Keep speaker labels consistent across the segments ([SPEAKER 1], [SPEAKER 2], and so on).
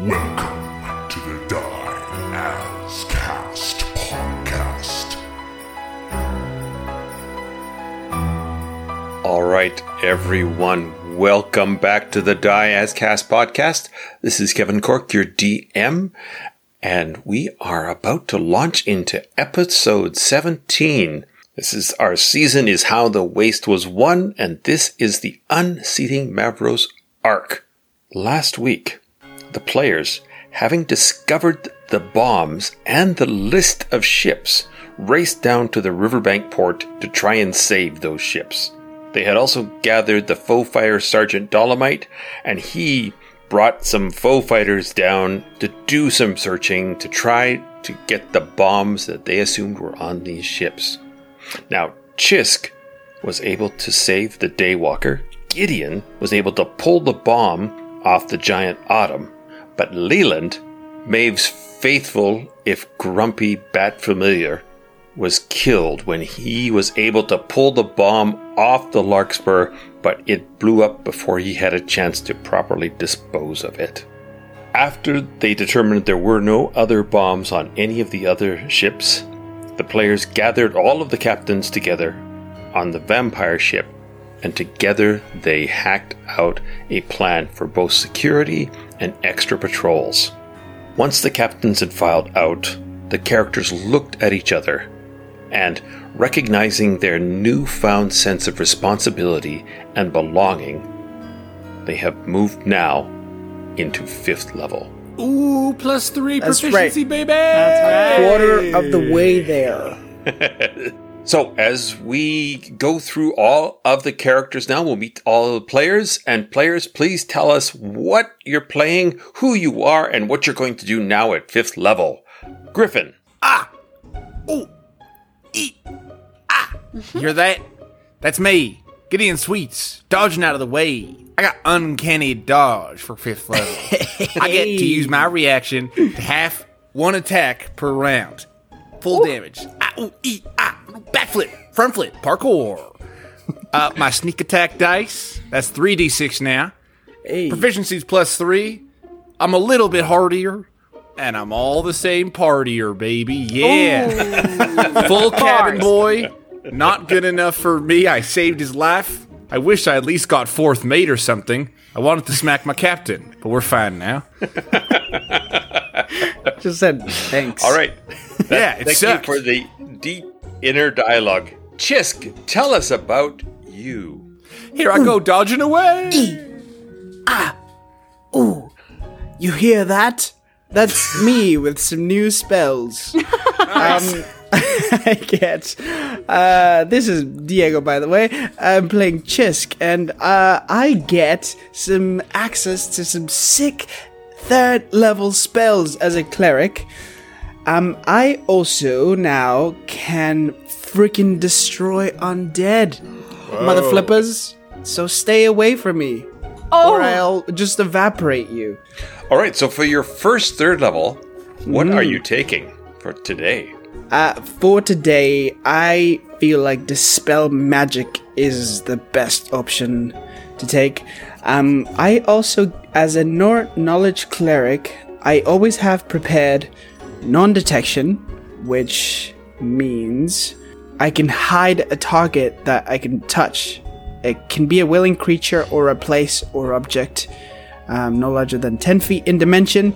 [SPEAKER 1] Welcome to the Die As Cast podcast.
[SPEAKER 2] All right, everyone, welcome back to the Die As Cast podcast. This is Kevin Cork, your DM, and we are about to launch into episode 17. This is our season is how the waste was won, and this is the unseating Mavros arc. Last week, the players, having discovered the bombs and the list of ships, raced down to the riverbank port to try and save those ships. They had also gathered the foe fire sergeant Dolomite, and he brought some foe fighters down to do some searching to try to get the bombs that they assumed were on these ships. Now, Chisk was able to save the Daywalker. Gideon was able to pull the bomb off the giant Autumn. But Leland, Maeve's faithful, if grumpy, bat familiar, was killed when he was able to pull the bomb off the Larkspur, but it blew up before he had a chance to properly dispose of it. After they determined there were no other bombs on any of the other ships, the players gathered all of the captains together on the vampire ship, and together they hacked out a plan for both security and extra patrols. Once the captains had filed out, the characters looked at each other and, recognizing their newfound sense of responsibility and belonging, they have moved now into fifth level.
[SPEAKER 3] Ooh, plus three
[SPEAKER 4] That's
[SPEAKER 3] proficiency,
[SPEAKER 4] right.
[SPEAKER 3] baby.
[SPEAKER 4] quarter of the way there.
[SPEAKER 2] So, as we go through all of the characters now, we'll meet all the players. And players, please tell us what you're playing, who you are, and what you're going to do now at fifth level. Griffin,
[SPEAKER 3] You hear that? That's me, Gideon Sweets, dodging out of the way. I got uncanny dodge for fifth level. I get to use my reaction to half one attack per round. Full damage. Ah, ooh, ee, ah, backflip, front flip, parkour. Uh, my sneak attack dice, that's 3d6 now. Proficiency's plus three. I'm a little bit hardier, and I'm all the same partier, baby. Yeah. Full cabin boy. Not good enough for me. I saved his life. I wish I at least got fourth mate or something. I wanted to smack my captain, but we're fine now.
[SPEAKER 4] Just said thanks.
[SPEAKER 2] all right.
[SPEAKER 3] yeah, it
[SPEAKER 2] Thank you
[SPEAKER 3] sucked.
[SPEAKER 2] for the deep inner dialogue. Chisk, tell us about you.
[SPEAKER 3] Here I go dodging away.
[SPEAKER 4] You hear that? That's me with some new spells. um, I get. Uh, this is Diego, by the way. I'm playing Chisk, and uh, I get some access to some sick third level spells as a cleric. Um, I also now can freaking destroy undead. Mother flippers, so stay away from me. Or I'll just evaporate you.
[SPEAKER 2] All right. So, for your first third level, what are you taking for today?
[SPEAKER 4] Uh, for today, I feel like dispel magic is the best option to take. Um, I also, as a nor- knowledge cleric, I always have prepared non-detection, which means I can hide a target that I can touch. It can be a willing creature or a place or object um, no larger than 10 feet in dimension.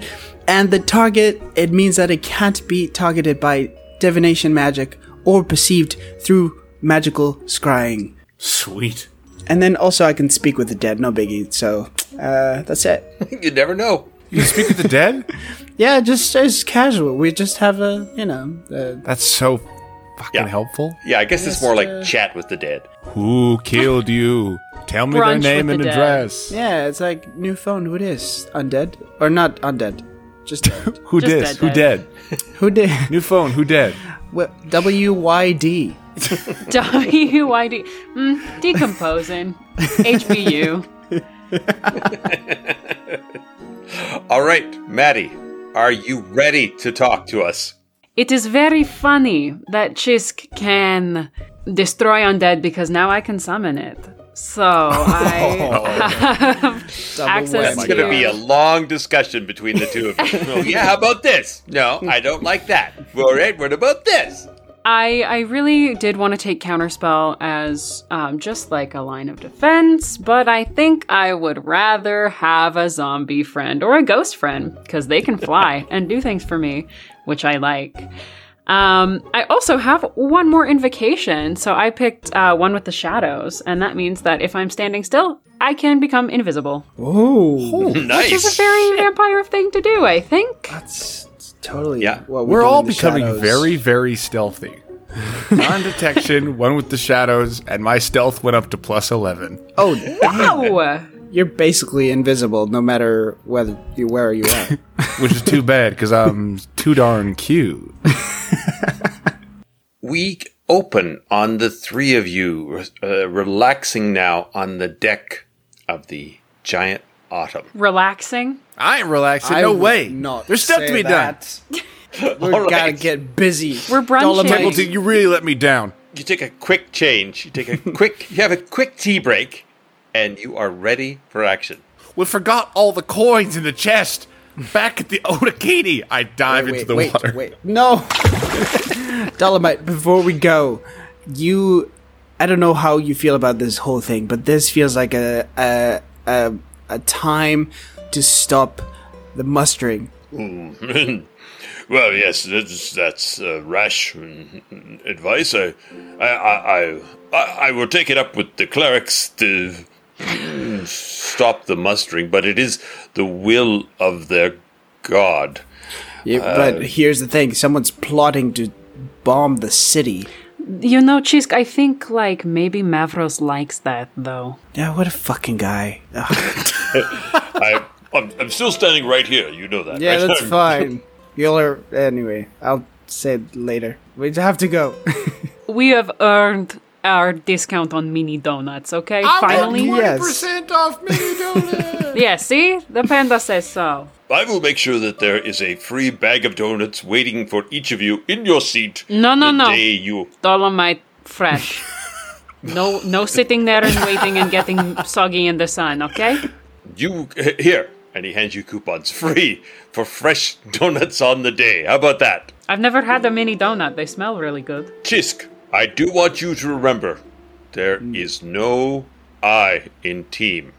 [SPEAKER 4] And the target, it means that it can't be targeted by divination magic or perceived through magical scrying.
[SPEAKER 3] Sweet.
[SPEAKER 4] And then also, I can speak with the dead, no biggie. So uh, that's it.
[SPEAKER 2] you never know.
[SPEAKER 3] You can speak with the dead?
[SPEAKER 4] Yeah, just it's casual. We just have a, you know, uh,
[SPEAKER 3] That's so fucking
[SPEAKER 2] Yeah.
[SPEAKER 3] helpful.
[SPEAKER 2] Yeah, I guess it's more like chat with the dead.
[SPEAKER 3] Who killed you? Tell me
[SPEAKER 5] Brunch with the dead.
[SPEAKER 4] yeah, it's like new phone. Who it is? Undead or not undead? Just dead.
[SPEAKER 3] Who
[SPEAKER 5] Just
[SPEAKER 3] dis?
[SPEAKER 5] dead,
[SPEAKER 3] Who dead?
[SPEAKER 4] who did?
[SPEAKER 3] New phone. Who dead?
[SPEAKER 4] W Y D.
[SPEAKER 5] WYD. Mm, decomposing. HBU.
[SPEAKER 2] All right, Maddie, are you ready to talk to us?
[SPEAKER 5] It is very funny that Chisk can destroy undead because now I can summon it. So
[SPEAKER 3] Oh.
[SPEAKER 5] I have access
[SPEAKER 2] It's
[SPEAKER 5] to
[SPEAKER 2] going to be a long discussion between the two of you. oh, yeah, how about this? No, I don't like that. All right, what about this?
[SPEAKER 5] I, I really did want to take counterspell as um, just like a line of defense, but I think I would rather have a zombie friend or a ghost friend because they can fly and do things for me, which I like. Um, I also have one more invocation, so I picked uh, one with the shadows, and that means that if I'm standing still, I can become invisible,
[SPEAKER 4] Oh,
[SPEAKER 5] which is a
[SPEAKER 2] Nice.
[SPEAKER 5] very vampire thing to do, I think.
[SPEAKER 4] that's it's totally.
[SPEAKER 2] Yeah.
[SPEAKER 4] what
[SPEAKER 3] We're
[SPEAKER 4] do in
[SPEAKER 3] all
[SPEAKER 4] the
[SPEAKER 3] becoming
[SPEAKER 4] shadows.
[SPEAKER 3] very, very stealthy. Non detection, one with the shadows, and my stealth went up to plus 11.
[SPEAKER 4] Oh, damn.
[SPEAKER 5] Ow!
[SPEAKER 4] you're basically invisible, no matter whether you where you are.
[SPEAKER 3] Which is too bad because I'm too darn cute.
[SPEAKER 2] We open on the three of you, uh, relaxing now on the deck of the giant autumn.
[SPEAKER 5] Relaxing.
[SPEAKER 3] I ain't relaxing. no
[SPEAKER 4] would
[SPEAKER 3] way.
[SPEAKER 4] Not
[SPEAKER 3] There's stuff to
[SPEAKER 4] say
[SPEAKER 3] be
[SPEAKER 4] that. We
[SPEAKER 2] All right.
[SPEAKER 4] gotta get busy.
[SPEAKER 5] We're
[SPEAKER 3] done.
[SPEAKER 5] brunching.
[SPEAKER 3] Templeton, you really let me down.
[SPEAKER 2] You take a quick change. You take a quick. You have a quick tea break, and you are ready for action.
[SPEAKER 3] We forgot all the coins in the chest. Back at the Otakini, I dive into the
[SPEAKER 4] wait,
[SPEAKER 3] water.
[SPEAKER 4] Wait, no, Dolomite. Before we go, you, I don't know how you feel about this whole thing, but this feels like a a a, a time to stop the mustering.
[SPEAKER 6] Well, yes, that's that's uh, rash mm, advice. I, I, I, I, I will take it up with the clerics to mm, stop the mustering, but it is the will of their god.
[SPEAKER 4] Yeah,
[SPEAKER 3] Uh,
[SPEAKER 4] but here's the thing: someone's plotting to bomb the city.
[SPEAKER 5] You know, Chisk, I think like maybe Mavros likes that though.
[SPEAKER 4] Yeah, what a fucking guy. Ugh.
[SPEAKER 6] I, I'm, I'm still standing right here. You know that.
[SPEAKER 4] yeah,
[SPEAKER 6] right?
[SPEAKER 4] that's fine. You'll are anyway. I'll say it later. We have to go.
[SPEAKER 5] We have earned our discount on mini donuts, okay?
[SPEAKER 7] Oh,
[SPEAKER 5] Finally.
[SPEAKER 4] you-
[SPEAKER 5] Yeah.
[SPEAKER 4] yes.
[SPEAKER 3] off mini donuts.
[SPEAKER 5] see? The panda says so.
[SPEAKER 6] I will make sure that there is a free bag of donuts waiting for each of you in your seat.
[SPEAKER 5] No, no,
[SPEAKER 6] the
[SPEAKER 5] no.
[SPEAKER 6] Day you.
[SPEAKER 5] Dolomite fresh. No no sitting there and waiting and getting soggy in the sun, okay?
[SPEAKER 6] You here, and he hands you coupons free for fresh donuts on the day. How about that,
[SPEAKER 5] I've never had a mini donut. They smell really good.
[SPEAKER 6] Chisk? I do want you to remember, there is no I in team.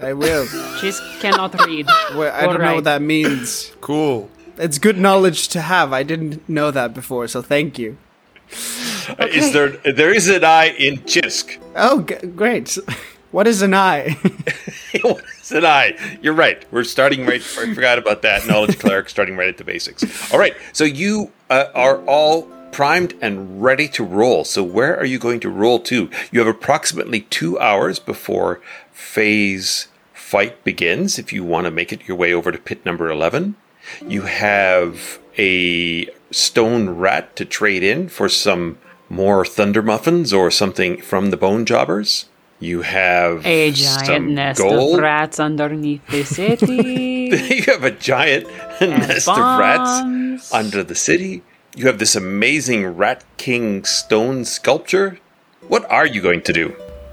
[SPEAKER 4] I will.
[SPEAKER 5] Chisk cannot read.
[SPEAKER 4] Well, I don't know
[SPEAKER 5] Alright.
[SPEAKER 4] what that means.
[SPEAKER 3] Cool.
[SPEAKER 4] It's good knowledge to have. I didn't know that before, so thank you.
[SPEAKER 6] Is there? There is an I in Chisk.
[SPEAKER 4] Oh, g- great. What is an eye?
[SPEAKER 2] what is an eye? You're right. We're starting right. I forgot about that. Knowledge cleric starting right at the basics. All right. So you uh, are all primed and ready to roll. So where are you going to roll to? You have approximately two hours before phase fight begins. If you want to make it your way over to pit number eleven, you have a stone rat to trade in for some more thunder muffins or something from the bone jobbers. You have
[SPEAKER 5] A giant
[SPEAKER 2] some
[SPEAKER 5] nest
[SPEAKER 2] gold.
[SPEAKER 5] of rats underneath the city.
[SPEAKER 2] you have a giant nest of
[SPEAKER 5] bombs.
[SPEAKER 2] rats under the city. You have this amazing Rat King stone sculpture. What are you going to do?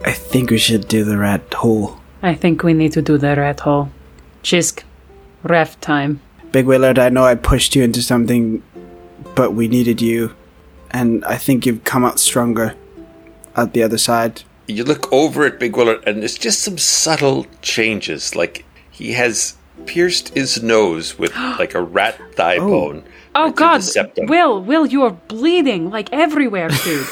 [SPEAKER 4] I think we should do the rat hole.
[SPEAKER 5] I think we need to do the rat hole. Chisk, ref time.
[SPEAKER 4] Big Willard, I know I pushed you into something, but we needed you, and I think you've come out stronger at the other side.
[SPEAKER 2] You look over at Big Willard, and there's just some subtle changes. Like he has pierced his nose with like a rat thigh bone.
[SPEAKER 5] Oh
[SPEAKER 2] right through
[SPEAKER 5] God,
[SPEAKER 2] the septum.
[SPEAKER 5] Will, Will, you are bleeding like everywhere, dude.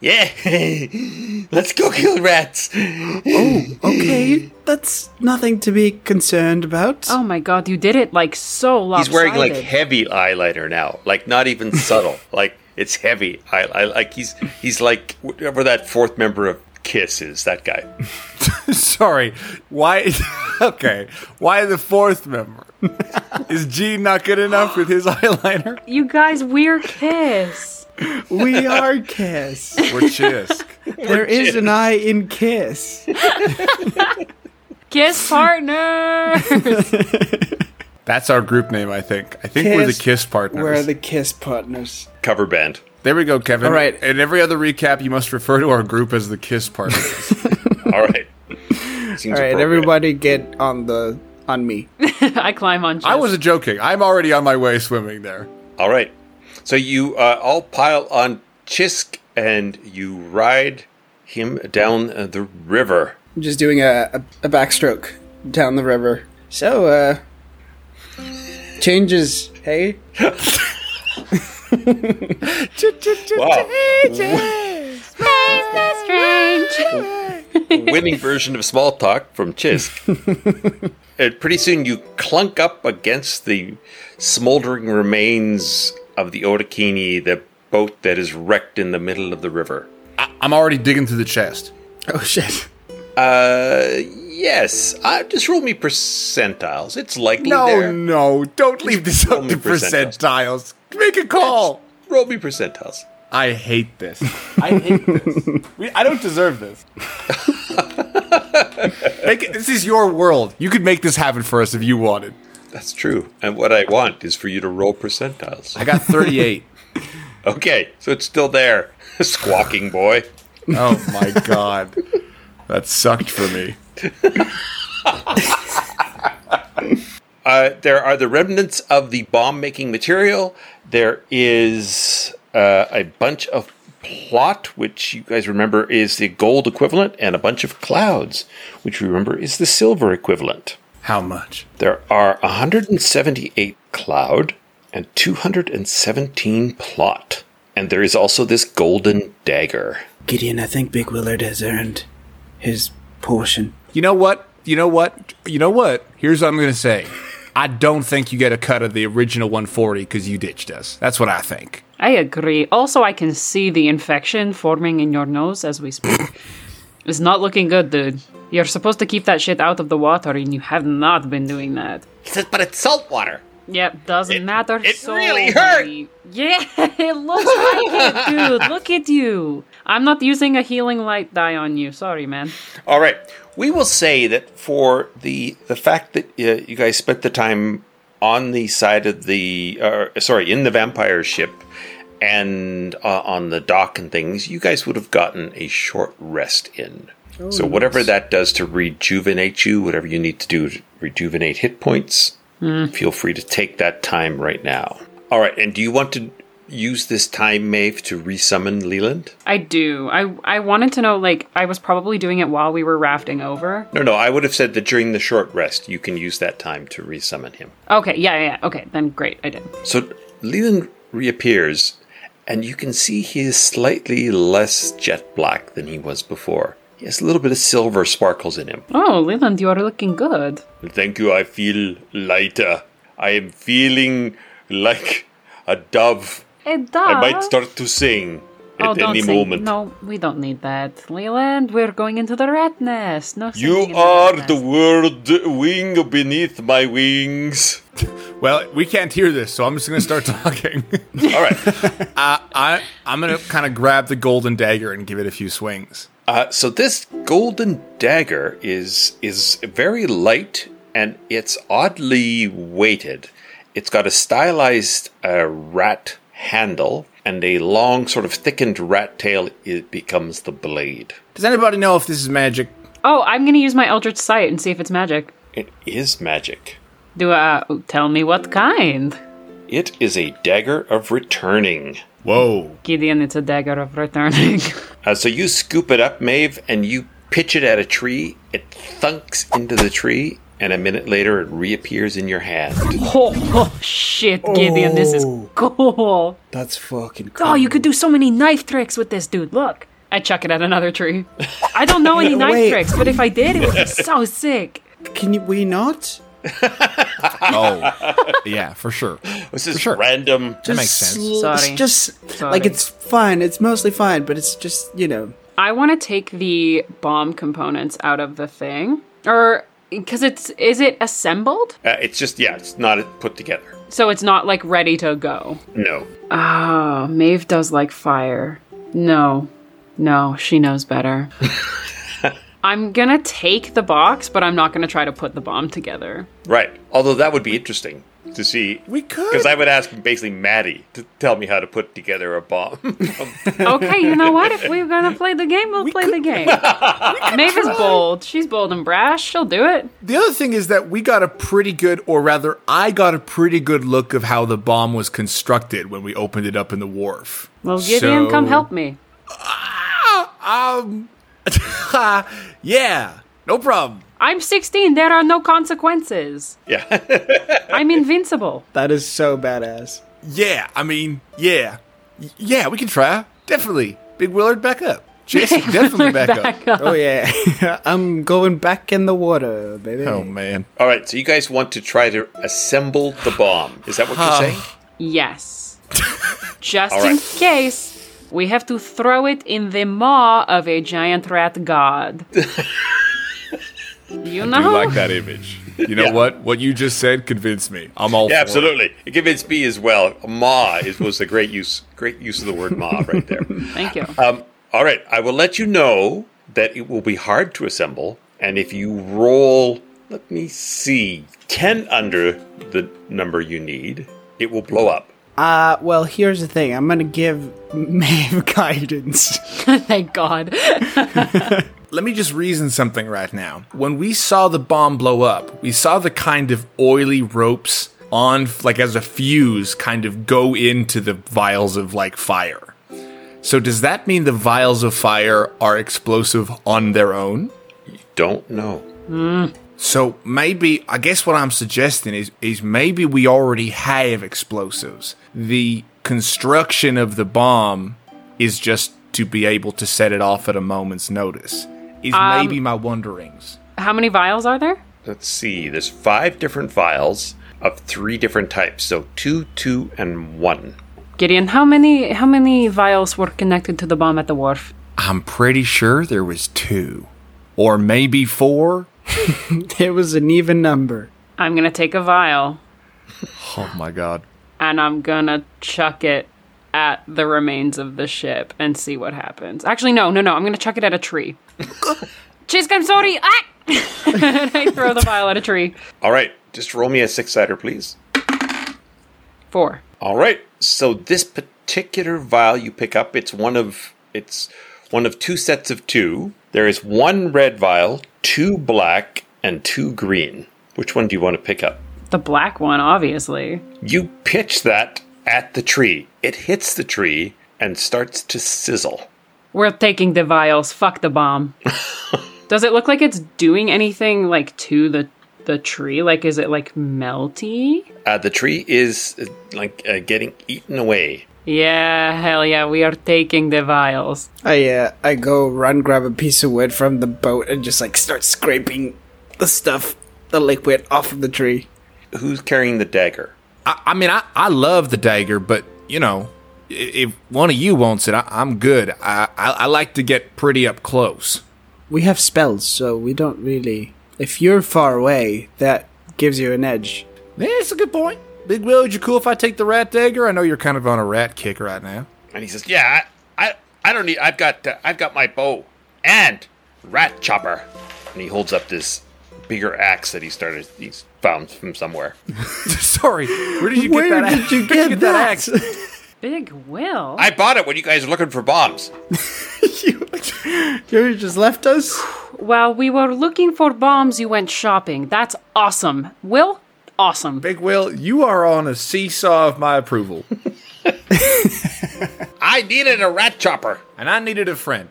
[SPEAKER 2] yeah, let's go kill rats.
[SPEAKER 4] Okay, that's nothing to be concerned about.
[SPEAKER 5] oh my God, you did it like so
[SPEAKER 2] He's
[SPEAKER 5] lopsided.
[SPEAKER 2] wearing like heavy eyeliner now, like not even subtle. like it's heavy. I, I like he's he's like whatever that fourth member of Kiss is. That guy.
[SPEAKER 3] Sorry. Why? Okay. Why the fourth member? Is G not good enough with his eyeliner?
[SPEAKER 5] you guys, we're kiss.
[SPEAKER 4] We are Kiss.
[SPEAKER 3] We're chisk.
[SPEAKER 4] there is an eye in Kiss.
[SPEAKER 5] Kiss partner.
[SPEAKER 3] That's our group name, I think. I think we're the
[SPEAKER 4] Kiss-
[SPEAKER 3] Kiss partners.
[SPEAKER 4] We're the Kiss partners.
[SPEAKER 2] cover band.
[SPEAKER 3] There we go, Kevin.
[SPEAKER 4] All right.
[SPEAKER 3] In every other recap, you must refer to our group as the Kiss Party.
[SPEAKER 6] All right.
[SPEAKER 2] Seems
[SPEAKER 4] All right,
[SPEAKER 2] appropriate.
[SPEAKER 4] everybody, get on the on me.
[SPEAKER 5] I climb on. Just.
[SPEAKER 3] I wasn't joking. I'm already on my way swimming there.
[SPEAKER 2] All right. So you uh, all pile on Chisk and you ride him down uh, the river.
[SPEAKER 4] I'm just doing a, a, a backstroke down the river. So, uh, changes. Hey,
[SPEAKER 2] Wow.
[SPEAKER 5] strange.
[SPEAKER 2] Winning version of small talk from Chisk. and pretty soon you clunk up against the smoldering remains of the Otakini, the boat that is wrecked in the middle of the river.
[SPEAKER 3] I'm already digging through the chest.
[SPEAKER 4] oh shit.
[SPEAKER 2] Uh, yes. Uh, just roll me percentiles. It's likely
[SPEAKER 3] No,
[SPEAKER 2] there.
[SPEAKER 3] no, don't leave this up
[SPEAKER 2] Only
[SPEAKER 3] to percentiles. Make a call.
[SPEAKER 2] Roll me percentiles.
[SPEAKER 3] I hate this. I hate this. We, I don't deserve this. make it, this is your world. You could make this happen for us if you wanted.
[SPEAKER 2] That's true. And what I want is for you to roll percentiles.
[SPEAKER 3] I got 38.
[SPEAKER 2] Okay, so it's still there. Squawking boy.
[SPEAKER 3] oh my god, that sucked for me.
[SPEAKER 2] Uh, there are the remnants of the bomb making material. There is uh, a bunch of plot, which you guys remember is the gold equivalent, and a bunch of clouds, which you remember is the silver equivalent.
[SPEAKER 3] How much?
[SPEAKER 2] There are 178 cloud and 217 plot. And there is also this golden dagger.
[SPEAKER 4] Gideon, I think Big Willard has earned his portion.
[SPEAKER 3] You know what? You know what? You know what? Here's what I'm gonna say. I don't think you get a cut of the original 140 because you ditched us. That's what I think.
[SPEAKER 5] I agree. Also, I can see the infection forming in your nose as we speak. it's not looking good, dude. You're supposed to keep that shit out of the water, and you have not been doing that.
[SPEAKER 2] He says, but it's salt water.
[SPEAKER 5] Yep, doesn't matter.
[SPEAKER 2] it
[SPEAKER 5] so
[SPEAKER 2] really hurt.
[SPEAKER 5] many- Yeah, it looks like it, dude. Look at you. I'm not using a healing light die on you. Sorry, man.
[SPEAKER 2] All right. We will say that for the the fact that uh, you guys spent the time on the side of the uh, sorry in the vampire ship and uh, on the dock and things, you guys would have gotten a short rest in. so whatever that does to rejuvenate you, whatever you need to do to rejuvenate hit points, feel free to take that time right now. All right. And do you want to use this time, Maeve, to resummon Leland?
[SPEAKER 5] I do. I I wanted to know. Like, I was probably doing it while we were rafting over.
[SPEAKER 2] No, no, I would have said that during the short rest, you can use that time to resummon him.
[SPEAKER 5] Okay. Yeah. Yeah. yeah. Okay. Then great. I did.
[SPEAKER 2] So Leland reappears, and you can see he is slightly less jet black than he was before. He has a little bit of silver sparkles in him.
[SPEAKER 5] Oh, Leland, you are looking good.
[SPEAKER 6] Thank you. I feel lighter. I am feeling like a dove.
[SPEAKER 5] It
[SPEAKER 6] I might start to sing at
[SPEAKER 5] oh, don't
[SPEAKER 6] any
[SPEAKER 5] sing.
[SPEAKER 6] moment.
[SPEAKER 5] No, we don't need that. Leland, we're going into the rat nest. No singing in
[SPEAKER 6] You
[SPEAKER 5] the
[SPEAKER 6] are
[SPEAKER 5] rat
[SPEAKER 6] the
[SPEAKER 5] nest.
[SPEAKER 6] world wing beneath my wings.
[SPEAKER 3] Well, we can't hear this, so I'm just gonna start talking. Uh,
[SPEAKER 6] All right.
[SPEAKER 3] I I'm gonna kind of grab the golden dagger and give it a few swings.
[SPEAKER 2] Uh, so this golden dagger is is very light and it's oddly weighted. It's got a stylized uh, rat handle and a long, sort of thickened rat tail. It becomes the blade.
[SPEAKER 3] Does anybody know if this is magic?
[SPEAKER 5] Oh, I'm gonna use my Eldritch Sight and see if it's magic.
[SPEAKER 2] It is magic.
[SPEAKER 5] Do uh, tell me what kind?
[SPEAKER 2] It is a dagger of returning.
[SPEAKER 3] Whoa!
[SPEAKER 5] Gideon, it's a dagger of returning.
[SPEAKER 2] Uh, so you scoop it up, Maeve, and you pitch it at a tree. It thunks into the tree, and a minute later it reappears in your hand.
[SPEAKER 5] oh, oh, shit, Gideon, this is cool.
[SPEAKER 4] That's fucking cool.
[SPEAKER 5] Oh, you could do so many knife tricks with this, dude. Look, I chuck it at another tree. I don't know any knife
[SPEAKER 4] Wait.
[SPEAKER 5] tricks, but if I did, it would be so sick.
[SPEAKER 4] Can you, we not?
[SPEAKER 3] Oh, yeah, for sure.
[SPEAKER 2] This is
[SPEAKER 3] sure.
[SPEAKER 2] random.
[SPEAKER 4] That
[SPEAKER 3] makes sense.
[SPEAKER 5] Sorry.
[SPEAKER 4] just like it's fine. It's mostly fine, but it's just you know.
[SPEAKER 5] I want to take the bomb components out of the thing, or because it's is it assembled,
[SPEAKER 2] Uh, it's just yeah, it's not put together.
[SPEAKER 5] so it's not like ready to go.
[SPEAKER 2] No.
[SPEAKER 5] Oh, Maeve does like fire. No, no, she knows better. I'm gonna take the box, but I'm not gonna try to put the bomb together.
[SPEAKER 2] Right. Although that would be interesting. to see.
[SPEAKER 7] We could.
[SPEAKER 2] Because I would ask basically Maddie to tell me how to put together a bomb.
[SPEAKER 5] Okay, you know what? If we're gonna play the game, we'll play the game. Maeve is bold. She's bold and brash. She'll do it.
[SPEAKER 7] The other thing is that we got a pretty good, or rather, I got a pretty good look of how the bomb was constructed when we opened it up in the wharf.
[SPEAKER 5] Well, Gideon, come help me.
[SPEAKER 3] Ah,
[SPEAKER 7] Um, yeah, no problem.
[SPEAKER 5] I'm 16. There are no consequences.
[SPEAKER 2] yeah.
[SPEAKER 5] I'm invincible.
[SPEAKER 4] That is so badass.
[SPEAKER 7] Yeah, I mean, yeah, Y- yeah, we can try. Definitely, Big Willard, back up. Jesse, definitely back, up.
[SPEAKER 4] Oh yeah, I'm going back in the water, baby.
[SPEAKER 7] Oh man,
[SPEAKER 2] All right, so you guys want to try to assemble the bomb. Is that what you're saying?
[SPEAKER 5] Yes. Just
[SPEAKER 2] All
[SPEAKER 5] in
[SPEAKER 2] right.
[SPEAKER 5] case, we have to throw it in the maw of a giant rat god. you know?
[SPEAKER 7] you like that image? You know what? What you just said convinced me. I'm all
[SPEAKER 2] Yeah,
[SPEAKER 7] for it.
[SPEAKER 2] absolutely. It convinced me as well. Ma is was a great use, great use of the word ma right there.
[SPEAKER 5] Thank you.
[SPEAKER 2] Um, all right, I will let you know that it will be hard to assemble, and if you roll, let me see, ten under the number you need, it will blow up.
[SPEAKER 4] Uh, well, here's the thing. I'm gonna give Maeve guidance.
[SPEAKER 5] Thank God.
[SPEAKER 7] Let me just reason something right now. When we saw the bomb blow up, we saw the kind of oily ropes on, like as a fuse, kind of go into the vials of like fire. So does that mean the vials of fire are explosive on their own?
[SPEAKER 2] Don't know.
[SPEAKER 7] So maybe I guess what I'm suggesting is is maybe we already have explosives. The construction of the bomb is just to be able to set it off at a moment's notice. Is maybe my wonderings.
[SPEAKER 5] How many vials are there?
[SPEAKER 2] Let's see. There's five different files of three different types, so two, two, and one.
[SPEAKER 5] Gideon, how many how many vials were connected to the bomb at the wharf?
[SPEAKER 7] I'm pretty sure there was two, or maybe four.
[SPEAKER 4] It was an even number.
[SPEAKER 5] I'm gonna take a vial
[SPEAKER 7] Oh my god!
[SPEAKER 5] and I'm gonna chuck it at the remains of the ship and see what happens. Actually, no, no, no. I'm gonna chuck it at a tree. Cheese, I'm sorry. Ah! and I throw the vial at a tree.
[SPEAKER 2] All right, just roll me a six sider, please.
[SPEAKER 5] Four.
[SPEAKER 2] All right. So this particular vial you pick up, it's one of it's one of two sets of two. There is one red vial, two black, and two green. Which one do you want to pick up?
[SPEAKER 5] The black one, obviously.
[SPEAKER 2] You pitch that at the tree. It hits the tree and starts to sizzle.
[SPEAKER 5] We're taking the vials. Fuck the bomb. Does it look like it's doing anything like to the the tree? Like, is it like melty?
[SPEAKER 2] Uh, the tree is uh, like uh, getting eaten away.
[SPEAKER 5] Yeah, hell yeah. We are taking the vials.
[SPEAKER 4] I uh, I go run, grab a piece of wood from the boat, and just like start scraping the stuff, the liquid off of the tree.
[SPEAKER 2] Who's carrying the dagger?
[SPEAKER 7] I, I mean, I, I love the dagger, but you know, i- if one of you wants it, I, I'm good. I, I I like to get pretty up close.
[SPEAKER 4] We have spells, so we don't really. If you're far away, that gives you an edge.
[SPEAKER 7] Yeah, it's a good point. Big Will, you cool if I take the rat dagger? I know you're kind of on a rat kick right now.
[SPEAKER 2] And he says, "Yeah, I, I, I don't need. I've got, uh, I've got my bow and rat chopper." And he holds up this bigger axe that he started. He's found from somewhere.
[SPEAKER 7] Sorry, where did you get
[SPEAKER 4] Where
[SPEAKER 7] that?
[SPEAKER 4] did
[SPEAKER 7] axe?
[SPEAKER 4] you get that?
[SPEAKER 5] Big Will.
[SPEAKER 2] I bought it when you guys were looking for bombs.
[SPEAKER 4] You just left us.
[SPEAKER 5] While we were looking for bombs, you went shopping. That's awesome. Will? Awesome.
[SPEAKER 7] Big Will, you are on a seesaw of my approval,
[SPEAKER 2] I needed a rat chopper.
[SPEAKER 7] and I needed a friend.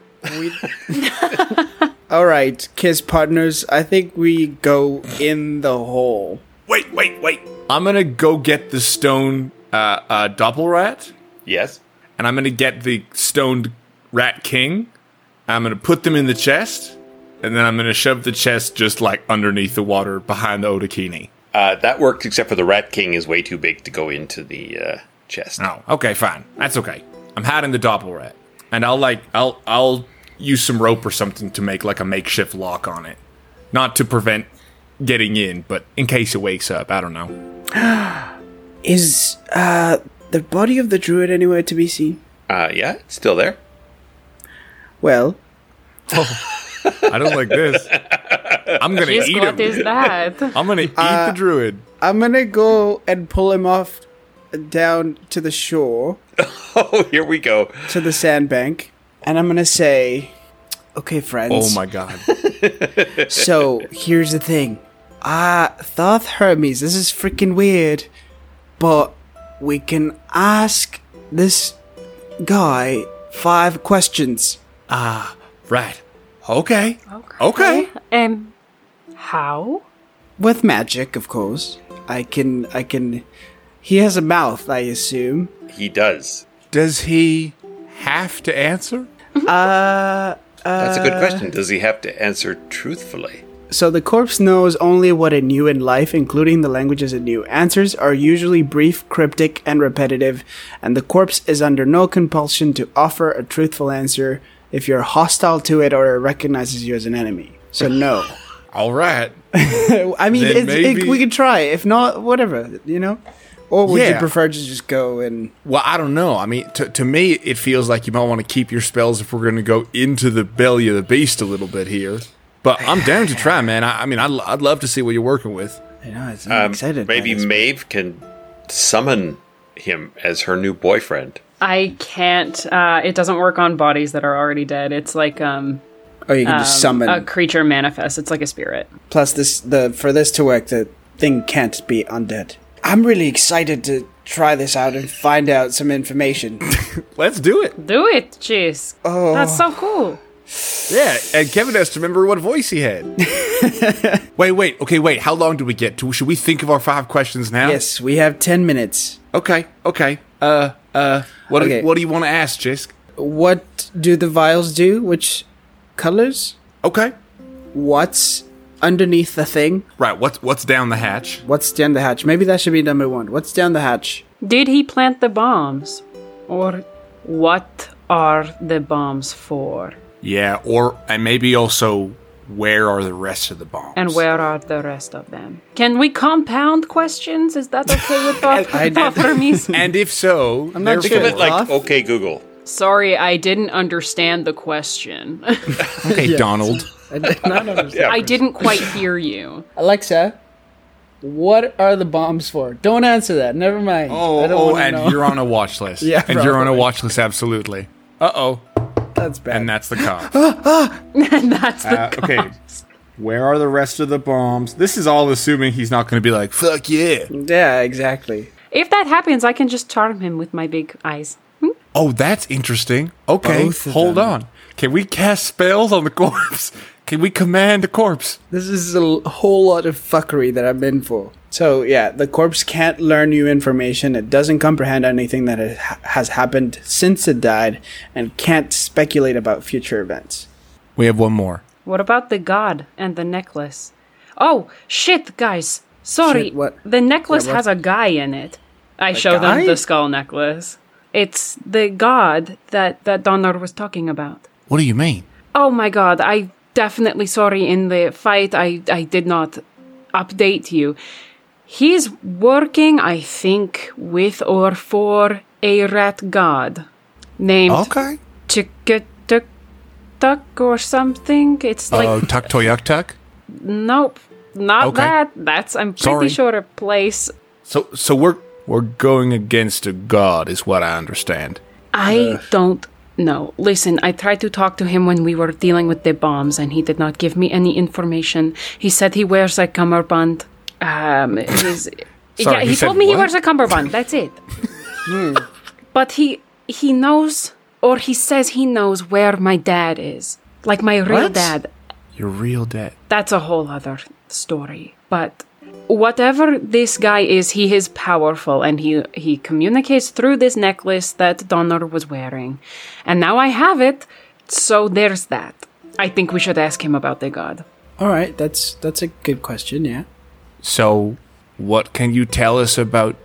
[SPEAKER 4] All right, kiss partners. I think we go in the hole.
[SPEAKER 7] Wait, wait, wait. I'm gonna go get the stone uh, uh, doppel rat,
[SPEAKER 2] Yes.
[SPEAKER 7] and I'm gonna get the stoned rat king. I'm gonna put them in the chest, and then I'm gonna shove the chest just like underneath the water behind the Otakini.
[SPEAKER 2] Uh, that worked, except for the rat king is way too big to go into the uh, chest.
[SPEAKER 7] Oh, okay, fine. That's okay. I'm hiding the doppel rat, and I'll like I'll I'll use some rope or something to make like a makeshift lock on it, not to prevent getting in, but in case it wakes up. I don't know.
[SPEAKER 4] Is uh the body of the druid anywhere to be seen?
[SPEAKER 2] Uh, yeah, it's still there.
[SPEAKER 4] Well,
[SPEAKER 7] I don't like this. I'm gonna
[SPEAKER 5] Jeez,
[SPEAKER 7] eat him.
[SPEAKER 5] what is that?
[SPEAKER 7] I'm gonna eat the druid.
[SPEAKER 4] I'm gonna go and pull him off down to the shore,
[SPEAKER 2] Oh, here we go.
[SPEAKER 4] to the sandbank, and I'm gonna say, "Okay, friends.
[SPEAKER 7] Oh my god.
[SPEAKER 4] So here's the thing. Ah, Thoth Hermes, this is freaking weird, but we can ask this guy five questions.
[SPEAKER 7] Right. Okay.
[SPEAKER 5] Okay. Um, how?
[SPEAKER 4] with magic, of course. I can, I can. He has a mouth, I assume.
[SPEAKER 2] He does.
[SPEAKER 7] Does he have to answer?
[SPEAKER 2] That's a good question. Does he have to answer truthfully?
[SPEAKER 4] So the corpse knows only what it knew in life, including the languages it knew. Answers are usually brief, cryptic, and repetitive, and the corpse is under no compulsion to offer a truthful answer if you're hostile to it or it recognizes you as an enemy. So no.
[SPEAKER 7] All right.
[SPEAKER 4] I mean,
[SPEAKER 7] Then
[SPEAKER 4] it's, it,
[SPEAKER 7] maybe-
[SPEAKER 4] we could try. If not, whatever, you know. Or would you
[SPEAKER 7] Yeah.
[SPEAKER 4] prefer to just go and?
[SPEAKER 7] Well, I don't know. I mean, to, to me, it feels like you might want to keep your spells if we're going to go into the belly of the beast a little bit here. But I'm down to try, man. I, I mean, I'd, I'd love to see what you're working with.
[SPEAKER 4] I know it's
[SPEAKER 2] Um,
[SPEAKER 4] I'm excited. by
[SPEAKER 2] Maybe
[SPEAKER 4] this.
[SPEAKER 2] Maeve can summon him as her new boyfriend.
[SPEAKER 5] I can't. Uh, it doesn't work on bodies that are already dead. It's like um,
[SPEAKER 4] or Oh, you can
[SPEAKER 5] um,
[SPEAKER 4] just summon
[SPEAKER 5] a creature manifests. It's like a spirit.
[SPEAKER 4] Plus, this the for this to work, the thing can't be undead. I'm really excited to try this out and find out some information.
[SPEAKER 7] Let's do it.
[SPEAKER 5] Do it, jeez. Oh, that's so cool.
[SPEAKER 7] Yeah. And Kevin has to remember what voice he had. wait, wait. Okay, wait. How long do we get? Do, should we think of our five questions now?
[SPEAKER 4] yes, we have ten minutes.
[SPEAKER 7] Okay. Okay. Uh, uh, what,
[SPEAKER 4] Okay.
[SPEAKER 7] do, what do you want to ask, Jisk?
[SPEAKER 4] What do the vials do? Which colors?
[SPEAKER 7] Okay.
[SPEAKER 4] What's underneath the thing?
[SPEAKER 7] Right. What's, what's down the hatch?
[SPEAKER 4] What's down the hatch? Maybe that should be number one. What's down the hatch?
[SPEAKER 5] Did he plant the bombs, or what are the bombs for,
[SPEAKER 7] Yeah. Or, and maybe also, where are the rest of the bombs?
[SPEAKER 5] and where are the rest of them? Can we compound questions? Is that okay with
[SPEAKER 4] I did-
[SPEAKER 5] Bob? for me?
[SPEAKER 7] And if so, I'm
[SPEAKER 4] not
[SPEAKER 2] Think of
[SPEAKER 4] sure.
[SPEAKER 2] it like
[SPEAKER 4] Off.
[SPEAKER 2] okay Google.
[SPEAKER 5] Sorry, I didn't understand the question.
[SPEAKER 7] Okay, Donald.
[SPEAKER 4] I did not understand.
[SPEAKER 5] I didn't quite hear you.
[SPEAKER 4] Alexa, what are the bombs for? Don't answer that. Never mind.
[SPEAKER 7] Oh,
[SPEAKER 4] I don't
[SPEAKER 7] oh,
[SPEAKER 4] wanna
[SPEAKER 7] and
[SPEAKER 4] know.
[SPEAKER 7] you're on a watch list.
[SPEAKER 4] Yeah,
[SPEAKER 7] and you're on a
[SPEAKER 4] probably.
[SPEAKER 7] watch list. Absolutely. Uh oh,
[SPEAKER 4] that's bad.
[SPEAKER 7] and that's the cop.
[SPEAKER 4] Oh,
[SPEAKER 5] And that's
[SPEAKER 4] Uh,
[SPEAKER 5] the
[SPEAKER 7] okay. Where are the rest of the bombs? This is all assuming he's not going to be like, "Fuck yeah!"
[SPEAKER 4] yeah, exactly.
[SPEAKER 5] If that happens, I can just charm him with my big eyes.
[SPEAKER 7] Oh, that's interesting. Okay,
[SPEAKER 4] Both of
[SPEAKER 7] hold
[SPEAKER 4] them.
[SPEAKER 7] on. Can we cast spells on the corpse? Can we command the corpse?
[SPEAKER 4] This is a l- whole lot of fuckery that I'm in for. So yeah, the corpse can't learn new information. It doesn't comprehend anything that it ha- has happened since it died, and can't speculate about future events.
[SPEAKER 7] We have one more.
[SPEAKER 5] What about the god and the necklace? Oh, shit, guys. Sorry.
[SPEAKER 4] Shit, what?
[SPEAKER 5] The necklace
[SPEAKER 4] Yeah, what?
[SPEAKER 5] has a guy in it. I
[SPEAKER 4] guy?
[SPEAKER 5] show them the skull necklace. It's the god that, that Donner was talking about.
[SPEAKER 7] What do you mean?
[SPEAKER 5] Oh my god, I definitely sorry in the fight I, I did not update you. He's working, I think, with or for a rat god named
[SPEAKER 7] Okay.
[SPEAKER 5] Chickatuk or something. It's like
[SPEAKER 7] Oh, tuck toyuk tuck.
[SPEAKER 5] nope, not
[SPEAKER 7] Okay.
[SPEAKER 5] that. That's I'm
[SPEAKER 7] Sorry.
[SPEAKER 5] pretty sure a place.
[SPEAKER 7] So, so we're we're going against a god, is what I understand.
[SPEAKER 5] I
[SPEAKER 7] uh,
[SPEAKER 5] don't know. Listen, I tried to talk to him when we were dealing with the bombs, and he did not give me any information. He said he wears a cummerbund. Um, his, yeah,
[SPEAKER 7] he
[SPEAKER 5] he,
[SPEAKER 7] said
[SPEAKER 5] told me he
[SPEAKER 7] what?
[SPEAKER 5] wears a cummerbund. That's it. Hmm. but he he knows, or he says he knows where my dad is, like my real
[SPEAKER 4] What?
[SPEAKER 5] dad.
[SPEAKER 7] Your real dead.
[SPEAKER 5] that's a whole other story. But whatever this guy is, he is powerful and he, he communicates through this necklace that Donner was wearing. And now I have it, so there's that. I think we should ask him about the god.
[SPEAKER 4] All right, that's that's a good question. Yeah.
[SPEAKER 7] So, what can you tell us about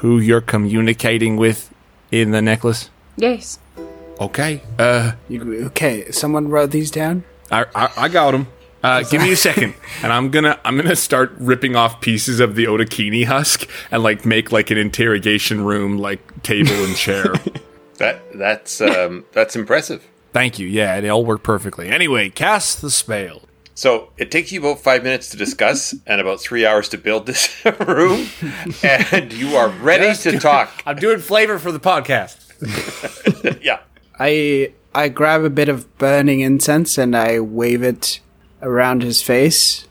[SPEAKER 7] who you're communicating with in the necklace?
[SPEAKER 5] Yes.
[SPEAKER 7] Okay. Uh,
[SPEAKER 4] You, okay, someone wrote these down.
[SPEAKER 7] I I, I got him. Uh, give me a second, and I'm gonna I'm gonna start ripping off pieces of the otakini husk and like make like an interrogation room like table and chair.
[SPEAKER 2] That that's um that's impressive.
[SPEAKER 7] Thank you. Yeah, it all worked perfectly. Anyway, cast the spell.
[SPEAKER 2] So it takes you about five minutes to discuss and about three hours to build this room, and you are ready to talk.
[SPEAKER 3] I'm doing flavor for the podcast.
[SPEAKER 2] Yeah.
[SPEAKER 4] I I grab a bit of burning incense and I wave it around his face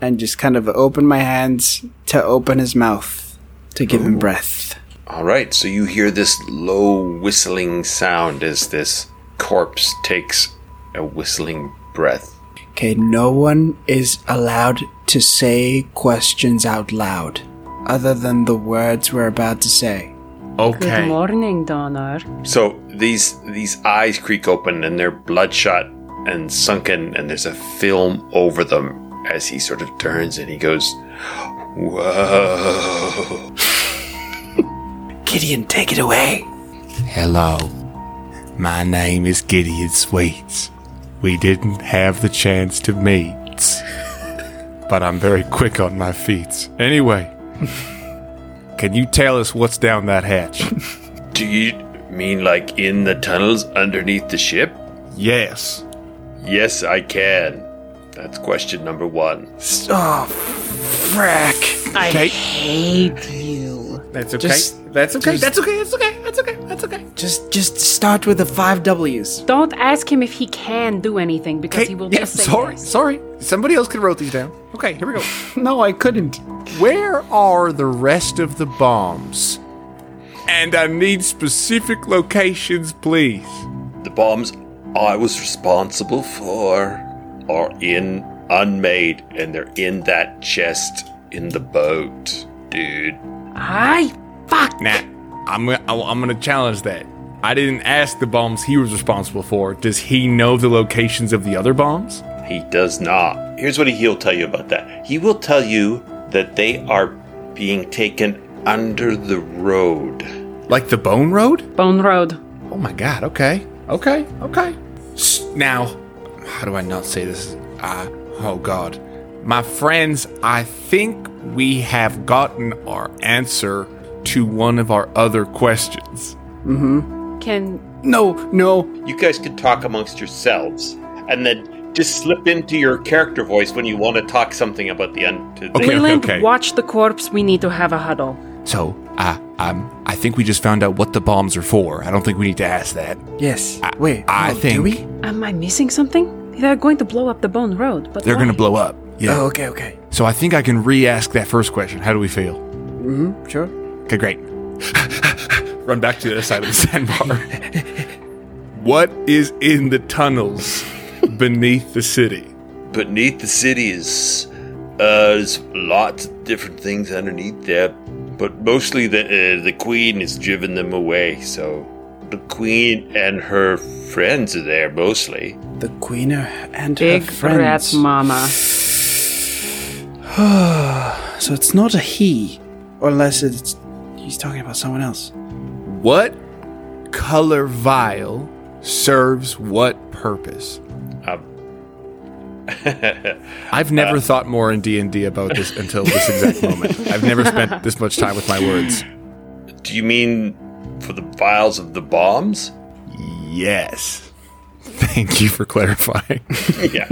[SPEAKER 4] and just kind of open my hands to open his mouth to give him breath.
[SPEAKER 2] All right. So you hear this low whistling sound as this corpse takes a whistling breath.
[SPEAKER 4] Okay, no one is allowed to say questions out loud other than the words we're about to say.
[SPEAKER 5] Good
[SPEAKER 7] Okay.
[SPEAKER 5] morning, Donner.
[SPEAKER 2] So these these eyes creak open and they're bloodshot and sunken, and there's a film over them as he sort of turns and he goes, "Whoa."
[SPEAKER 4] Gideon, take it away.
[SPEAKER 7] Hello. My name is Gideon Sweets. We didn't have the chance to meet, but I'm very quick on my feet. Anyway, can you tell us what's down that hatch?
[SPEAKER 2] Do you mean like in the tunnels underneath the ship?
[SPEAKER 7] yes.
[SPEAKER 2] Yes, I can. That's question number one.
[SPEAKER 4] Oh, frack.
[SPEAKER 5] I
[SPEAKER 7] Okay.
[SPEAKER 5] hate you.
[SPEAKER 3] That's okay.
[SPEAKER 4] Just-
[SPEAKER 3] that's okay.
[SPEAKER 4] just-
[SPEAKER 3] that's okay. That's okay. That's okay. That's okay.
[SPEAKER 4] Just just start with the 5 Ws.
[SPEAKER 5] Don't ask him if he can do anything because he will
[SPEAKER 7] yeah,
[SPEAKER 5] just say
[SPEAKER 7] sorry,
[SPEAKER 5] yes.
[SPEAKER 7] sorry. Somebody else could have wrote these down. Okay, here we go.
[SPEAKER 4] No, I couldn't.
[SPEAKER 7] Where are the rest of the bombs? And I need specific locations, please.
[SPEAKER 2] The bombs I was responsible for are in unmade and they're in that chest in the boat, dude.
[SPEAKER 5] I fuck.
[SPEAKER 7] Now, I'm gonna, I- I'm gonna challenge that. I didn't ask the bombs he was responsible for. Does he know the locations of the other bombs?
[SPEAKER 2] He does not. Here's what he'll tell you about that. He will tell you that they are being taken under the road.
[SPEAKER 7] Like the Bone Road?
[SPEAKER 5] Bone Road.
[SPEAKER 7] Oh my God. Okay. Okay. Okay. S- Now, how do I not say this? Uh, oh God, my friends, I think we have gotten our answer to one of our other questions.
[SPEAKER 5] Can
[SPEAKER 4] No, no.
[SPEAKER 2] you guys can talk amongst yourselves and then just slip into your character voice when you want to talk something about the end to the
[SPEAKER 7] Okay,
[SPEAKER 5] Leland
[SPEAKER 7] okay.
[SPEAKER 5] watch the corpse? We need to have a huddle.
[SPEAKER 7] So, uh, um, I think we just found out what the bombs are for. I don't think we need to ask that.
[SPEAKER 4] Yes. Uh, Wait.
[SPEAKER 7] I
[SPEAKER 4] no,
[SPEAKER 7] think-
[SPEAKER 4] do we?
[SPEAKER 5] Am I missing something? They're going to blow up the Bone Road, but
[SPEAKER 7] They're
[SPEAKER 5] why?
[SPEAKER 7] gonna blow up. Yeah.
[SPEAKER 4] Oh, okay, okay.
[SPEAKER 7] So I think I can re-ask that first question. How do we feel?
[SPEAKER 4] Sure.
[SPEAKER 7] Okay, great. Run back to the other side of the sandbar. what is in the tunnels beneath the city?
[SPEAKER 2] beneath the city is uh there's lots of different things underneath there but mostly the uh, the queen has driven them away so the queen and her friends are there mostly
[SPEAKER 4] The queen and
[SPEAKER 5] Big
[SPEAKER 4] her
[SPEAKER 5] rat
[SPEAKER 4] friends.
[SPEAKER 5] mama.
[SPEAKER 4] so it's not a he, unless it's he's talking about someone else.
[SPEAKER 7] What color vial serves what purpose?
[SPEAKER 2] Uh,
[SPEAKER 7] I've never thought more in D and D about this until this exact moment. I've never spent this much time with my words.
[SPEAKER 2] do you mean for the vials of the bombs
[SPEAKER 7] Yes. Thank you for clarifying.
[SPEAKER 2] yeah.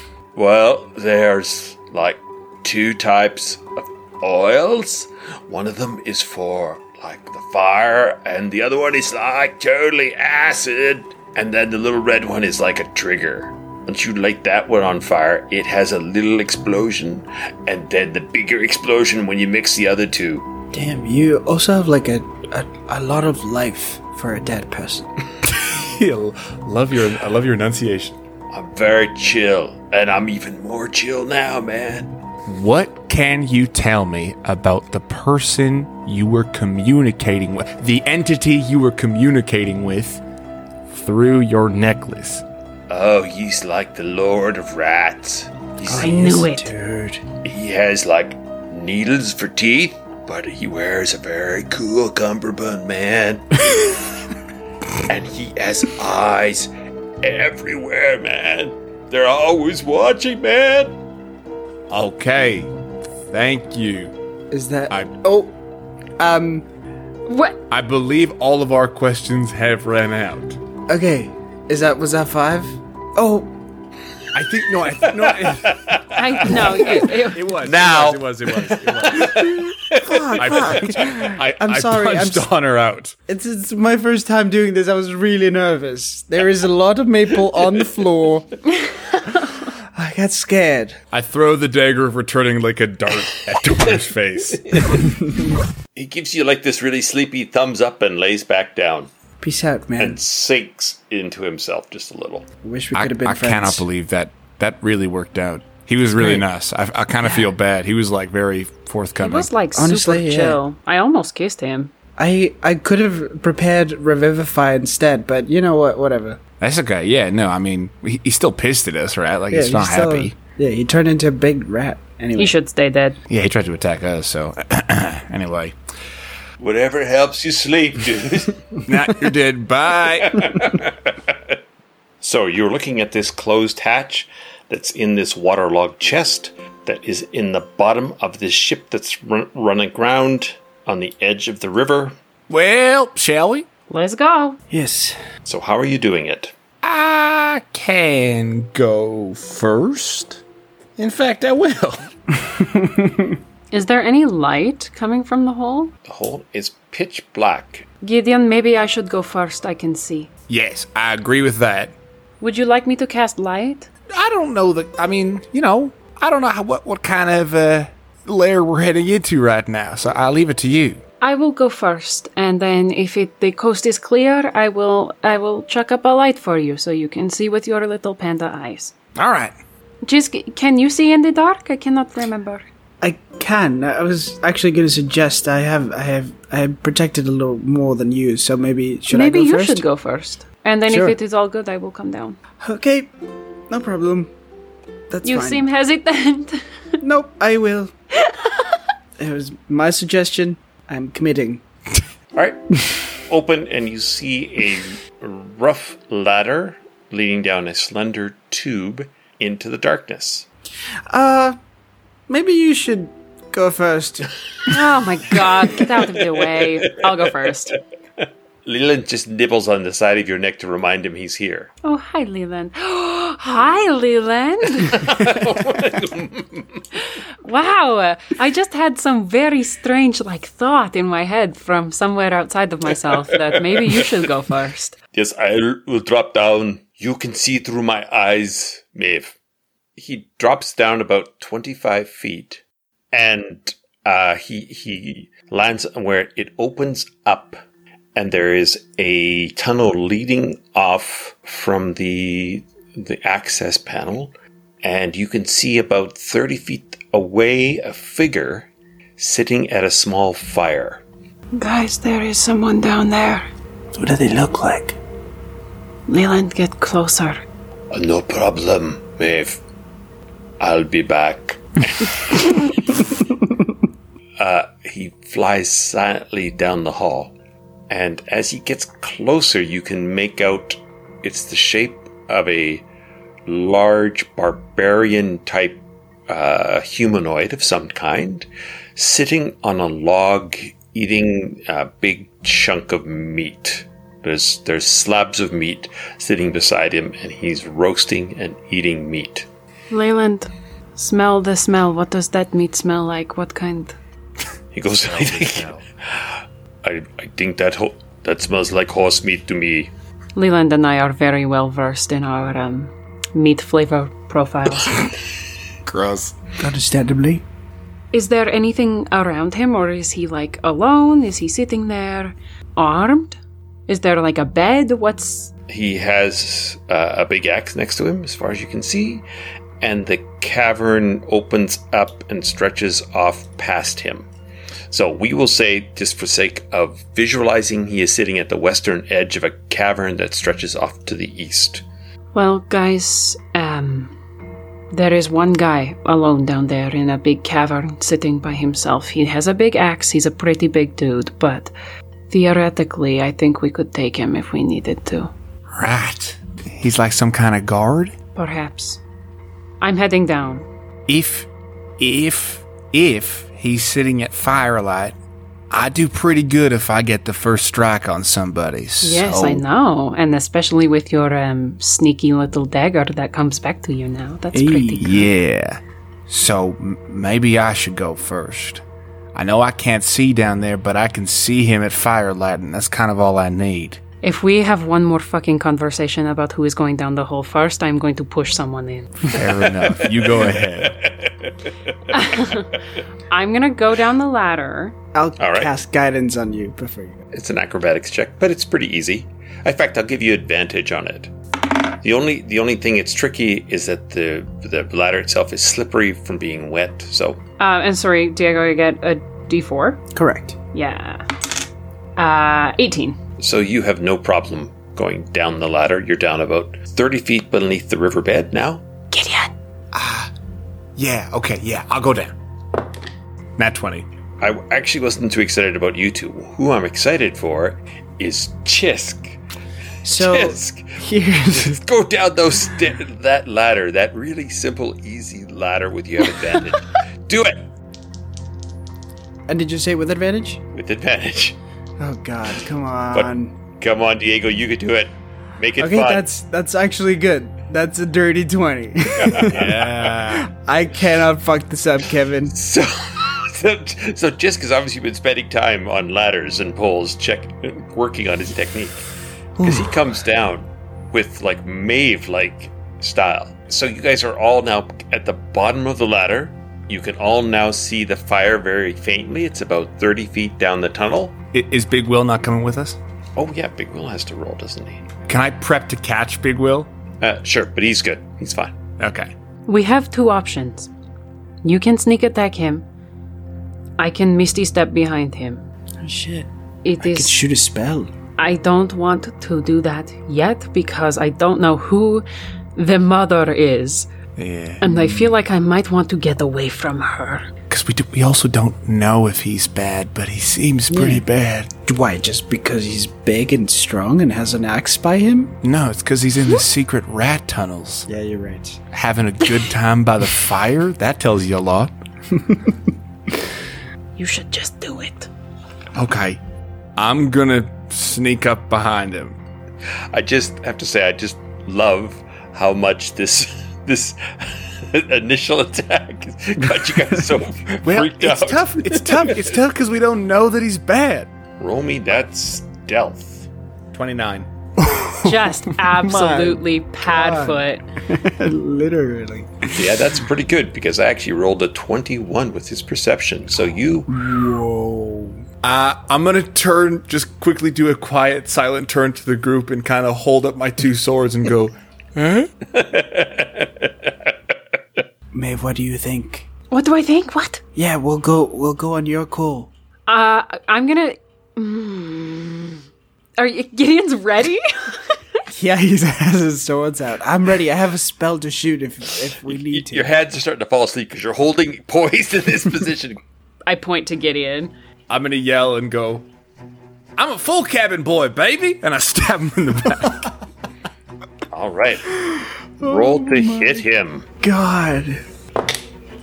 [SPEAKER 2] well, there's like two types of oils. One of them is for like the fire, and the other one is like totally acid. And then the little red one is like a trigger. Once you light that one on fire, it has a little explosion, and then the bigger explosion when you mix the other two.
[SPEAKER 4] Damn, you also have like a a, a lot of life for a dead person.
[SPEAKER 7] love your I love your enunciation.
[SPEAKER 2] I'm very chill, and I'm even more chill now, man.
[SPEAKER 7] What can you tell me about the person you were communicating with, the entity you were communicating with through your necklace?
[SPEAKER 2] Oh, he's like the lord of rats. He's
[SPEAKER 5] I knew it.
[SPEAKER 4] Dude.
[SPEAKER 2] He has like needles for teeth, but he wears a very cool cummerbund, man. and he has eyes everywhere, man. They're always watching, man.
[SPEAKER 7] Okay. Thank you.
[SPEAKER 4] Is that
[SPEAKER 7] I-
[SPEAKER 4] Oh um
[SPEAKER 5] What?
[SPEAKER 7] I believe all of our questions have ran out.
[SPEAKER 4] okay. Is that was that five? Oh
[SPEAKER 3] I think no, I th- no, it,
[SPEAKER 5] I no. It, it-
[SPEAKER 3] it was.
[SPEAKER 2] Now.
[SPEAKER 3] it was, it was, it was. It was. I, punched- I,
[SPEAKER 4] I'm
[SPEAKER 3] I
[SPEAKER 4] sorry, I'm
[SPEAKER 3] punched
[SPEAKER 4] s-
[SPEAKER 3] on her out.
[SPEAKER 4] It's, it's my first time doing this. I was really nervous. There is a lot of maple on the floor. I got scared.
[SPEAKER 3] I throw the dagger, returning like a dart at Dor's face.
[SPEAKER 2] He gives you like this really sleepy thumbs up and lays back down
[SPEAKER 4] Peace out, man.
[SPEAKER 2] and sinks into himself just a little.
[SPEAKER 4] Wish we
[SPEAKER 7] I,
[SPEAKER 4] could have been
[SPEAKER 7] I
[SPEAKER 4] friends.
[SPEAKER 7] cannot believe that that really worked out. He was really nice. I, I kind of feel bad. He was like very
[SPEAKER 5] it
[SPEAKER 7] forthcoming.
[SPEAKER 5] was like
[SPEAKER 4] Honestly,
[SPEAKER 5] super
[SPEAKER 4] yeah.
[SPEAKER 5] chill. I almost kissed him.
[SPEAKER 4] I I could have prepared Revivify instead, but you know what? Whatever.
[SPEAKER 7] That's okay. Yeah, no, I mean, he, he's still pissed at us, right? Like, he's
[SPEAKER 4] he
[SPEAKER 7] not
[SPEAKER 4] still-
[SPEAKER 7] happy.
[SPEAKER 4] Yeah, he turned into a big rat. Anyway,
[SPEAKER 5] He should stay dead.
[SPEAKER 7] Yeah, he tried to attack us, so anyway.
[SPEAKER 2] Whatever helps you sleep, dude.
[SPEAKER 7] Now you're dead. Bye.
[SPEAKER 2] so you're looking at this closed hatch that's in this waterlogged chest that is in the bottom of this ship that's run, run aground on the edge of the river.
[SPEAKER 7] well, shall we?
[SPEAKER 5] Let's go.
[SPEAKER 4] yes.
[SPEAKER 2] So how are you doing it?
[SPEAKER 7] I can go first. In fact, I will.
[SPEAKER 5] Is there any light coming from the hole?
[SPEAKER 2] The hole is pitch black.
[SPEAKER 5] Gideon, maybe I should go first. I can see.
[SPEAKER 7] Yes, I agree with that.
[SPEAKER 5] Would you like me to cast light?
[SPEAKER 7] I don't know the. I mean, you know, I don't know how, what what kind of uh, lair we're heading into right now. So I'll leave it to you.
[SPEAKER 5] I will go first, and then if it, the coast is clear, I will I will chuck up a light for you so you can see with your little panda eyes.
[SPEAKER 7] All right.
[SPEAKER 5] Jisk, can you see in the dark? I cannot remember.
[SPEAKER 4] I can. I was actually going to suggest I have I have I have protected a little more than you, so maybe should
[SPEAKER 5] Maybe
[SPEAKER 4] I go
[SPEAKER 5] you
[SPEAKER 4] first?
[SPEAKER 5] should go first, and then
[SPEAKER 4] Sure.
[SPEAKER 5] if it is all good, I will come down.
[SPEAKER 4] Okay, no problem. That's
[SPEAKER 5] you
[SPEAKER 4] fine.
[SPEAKER 5] seem hesitant.
[SPEAKER 4] Nope, I will. it was my suggestion. I'm committing.
[SPEAKER 2] All right. Open, and you see a rough ladder leading down a slender tube into the darkness.
[SPEAKER 4] Maybe you should go first.
[SPEAKER 5] oh my god! Get out of the way. I'll go first.
[SPEAKER 2] Leland just nibbles on the side of your neck to remind him he's here.
[SPEAKER 5] Oh hi, Leland. hi, Leland. wow, I just had some very strange like thought in my head from somewhere outside of myself that maybe you should go first.
[SPEAKER 2] Yes, I l- will drop down. You can see through my eyes, Maeve. He drops down about 25 feet and uh, he, he lands where it opens up and there is a tunnel leading off from the, the access panel. And you can see about 30 feet away a figure sitting at a small fire.
[SPEAKER 5] Guys, there is someone down there.
[SPEAKER 4] What do they look like?
[SPEAKER 5] Leland, get closer.
[SPEAKER 2] No problem, Maeve. I'll be back. uh, he flies silently down the hall, and as he gets closer, you can make out it's the shape of a large barbarian type uh, humanoid of some kind, sitting on a log, eating a big chunk of meat. There's there's slabs of meat sitting beside him, and he's roasting and eating meat.
[SPEAKER 5] Leland, smell the smell. What does that meat smell like? What kind?
[SPEAKER 2] He goes, I think, I, I think that ho- that smells like horse meat to me.
[SPEAKER 5] Leland and I are very well versed in our um, meat flavor profiles.
[SPEAKER 7] Gross.
[SPEAKER 4] Understandably.
[SPEAKER 5] Is there anything around him, or is he like alone? Is he sitting there armed? Is there like a bed? What's.
[SPEAKER 2] He has uh, a big axe next to him, as far as you can see, and the cavern opens up and stretches off past him. So we will say, just for sake of visualizing, he is sitting at the western edge of a cavern that stretches off to the east.
[SPEAKER 5] Well, guys, um. There is one guy alone down there in a big cavern sitting by himself. He has a big axe, he's a pretty big dude, but theoretically, I think we could take him if we needed to.
[SPEAKER 7] Right. He's like some kind of guard.
[SPEAKER 5] Perhaps. I'm heading down.
[SPEAKER 7] If, if, if he's sitting at firelight,
[SPEAKER 3] I do pretty good if I get the first strike on somebody.
[SPEAKER 5] Yes,
[SPEAKER 3] so
[SPEAKER 5] I know. And especially with your um, sneaky little dagger that comes back to you now. That's pretty good.
[SPEAKER 3] Yeah. So m- maybe I should go first. I know I can't see down there, but I can see him at firelight, and that's kind of all I need.
[SPEAKER 5] If we have one more fucking conversation about who is going down the hole first, I'm going to push someone in.
[SPEAKER 3] Fair enough. You go ahead.
[SPEAKER 5] I'm going to go down the ladder.
[SPEAKER 4] I'll
[SPEAKER 2] right.
[SPEAKER 4] cast guidance on you before you.
[SPEAKER 2] It's an acrobatics check, but it's pretty easy. In fact, I'll give you advantage on it. The only the only thing it's tricky is that the the ladder itself is slippery from being wet. So
[SPEAKER 5] Uh, and sorry, Diego, you get a d4?
[SPEAKER 4] Correct.
[SPEAKER 5] Yeah. Uh, 18.
[SPEAKER 2] so you have no problem going down the ladder. You're down about thirty feet beneath the riverbed now.
[SPEAKER 3] Yeah, okay, yeah, I'll go down. Nat 20.
[SPEAKER 2] I actually wasn't too excited about you two. Who I'm excited for is Chisk.
[SPEAKER 4] So
[SPEAKER 2] Chisk,
[SPEAKER 4] here's
[SPEAKER 2] go down those sta- that ladder, that really simple, easy ladder with you have advantage. Do it
[SPEAKER 4] and did you say with advantage?
[SPEAKER 2] with advantage.
[SPEAKER 4] Oh God, come
[SPEAKER 2] But
[SPEAKER 4] on.
[SPEAKER 2] come on, Diego, you can do it. Make it
[SPEAKER 4] okay,
[SPEAKER 2] fun.
[SPEAKER 4] that's that's actually good. That's a dirty twenty.
[SPEAKER 3] Yeah.
[SPEAKER 4] I cannot fuck this up, Kevin.
[SPEAKER 2] So, so, so Jisk has obviously been spending time on ladders and poles, check, working on his technique, because he comes down with like Mave-like style. So you guys are all now at the bottom of the ladder. You can all now see the fire very faintly. It's about thirty feet down the tunnel.
[SPEAKER 7] Is Big Will not coming with us?
[SPEAKER 2] Oh yeah, Big Will has to roll, doesn't he?
[SPEAKER 7] Can I prep to catch Big Will?
[SPEAKER 2] Uh, sure, but he's good. He's fine.
[SPEAKER 7] Okay.
[SPEAKER 5] We have two options. You can sneak attack him. I can misty step behind him.
[SPEAKER 4] Oh, shit.
[SPEAKER 5] It is.
[SPEAKER 4] a spell.
[SPEAKER 5] I don't want to do that yet because I don't know who the mother is.
[SPEAKER 7] Yeah.
[SPEAKER 5] And I feel like I might want to get away from her.
[SPEAKER 7] Because we, do, we also don't know if he's bad, but he seems pretty bad.
[SPEAKER 4] Why? Just because he's big and strong and has an axe by him?
[SPEAKER 7] No, it's because he's in the secret rat tunnels.
[SPEAKER 4] Yeah, you're right.
[SPEAKER 7] Having a good time by the fire? That tells you a lot.
[SPEAKER 5] You should just do it.
[SPEAKER 7] Okay. I'm gonna sneak up behind him.
[SPEAKER 2] I just have to say, I just love how much this this initial attack got you guys so freaked out.
[SPEAKER 7] It's tough. It's tough because we don't know that he's bad.
[SPEAKER 2] Roll me that stealth.
[SPEAKER 7] 29.
[SPEAKER 5] Just absolutely pad foot.
[SPEAKER 4] Literally.
[SPEAKER 2] Yeah, that's pretty good because I actually rolled a twenty-one with his perception. So you,
[SPEAKER 7] Uh, I'm gonna turn, just quickly do a quiet, silent turn to the group and kind of hold up my two swords and go,
[SPEAKER 4] Maeve, what do you think?
[SPEAKER 5] What do I think? What?
[SPEAKER 4] Yeah, we'll go. We'll go on your call.
[SPEAKER 5] Uh, I'm gonna. Mm. Are you, Gideon's ready?
[SPEAKER 4] Yeah, he has his swords out. I'm ready. I have a spell to shoot if if we need to.
[SPEAKER 2] your hands are starting to fall asleep because you're holding poised in this position.
[SPEAKER 5] I point to Gideon.
[SPEAKER 7] I'm gonna yell and go, I'm a full cabin boy, baby! And I stab him in the back.
[SPEAKER 2] All right,
[SPEAKER 7] Oh
[SPEAKER 2] roll to hit him.
[SPEAKER 4] God.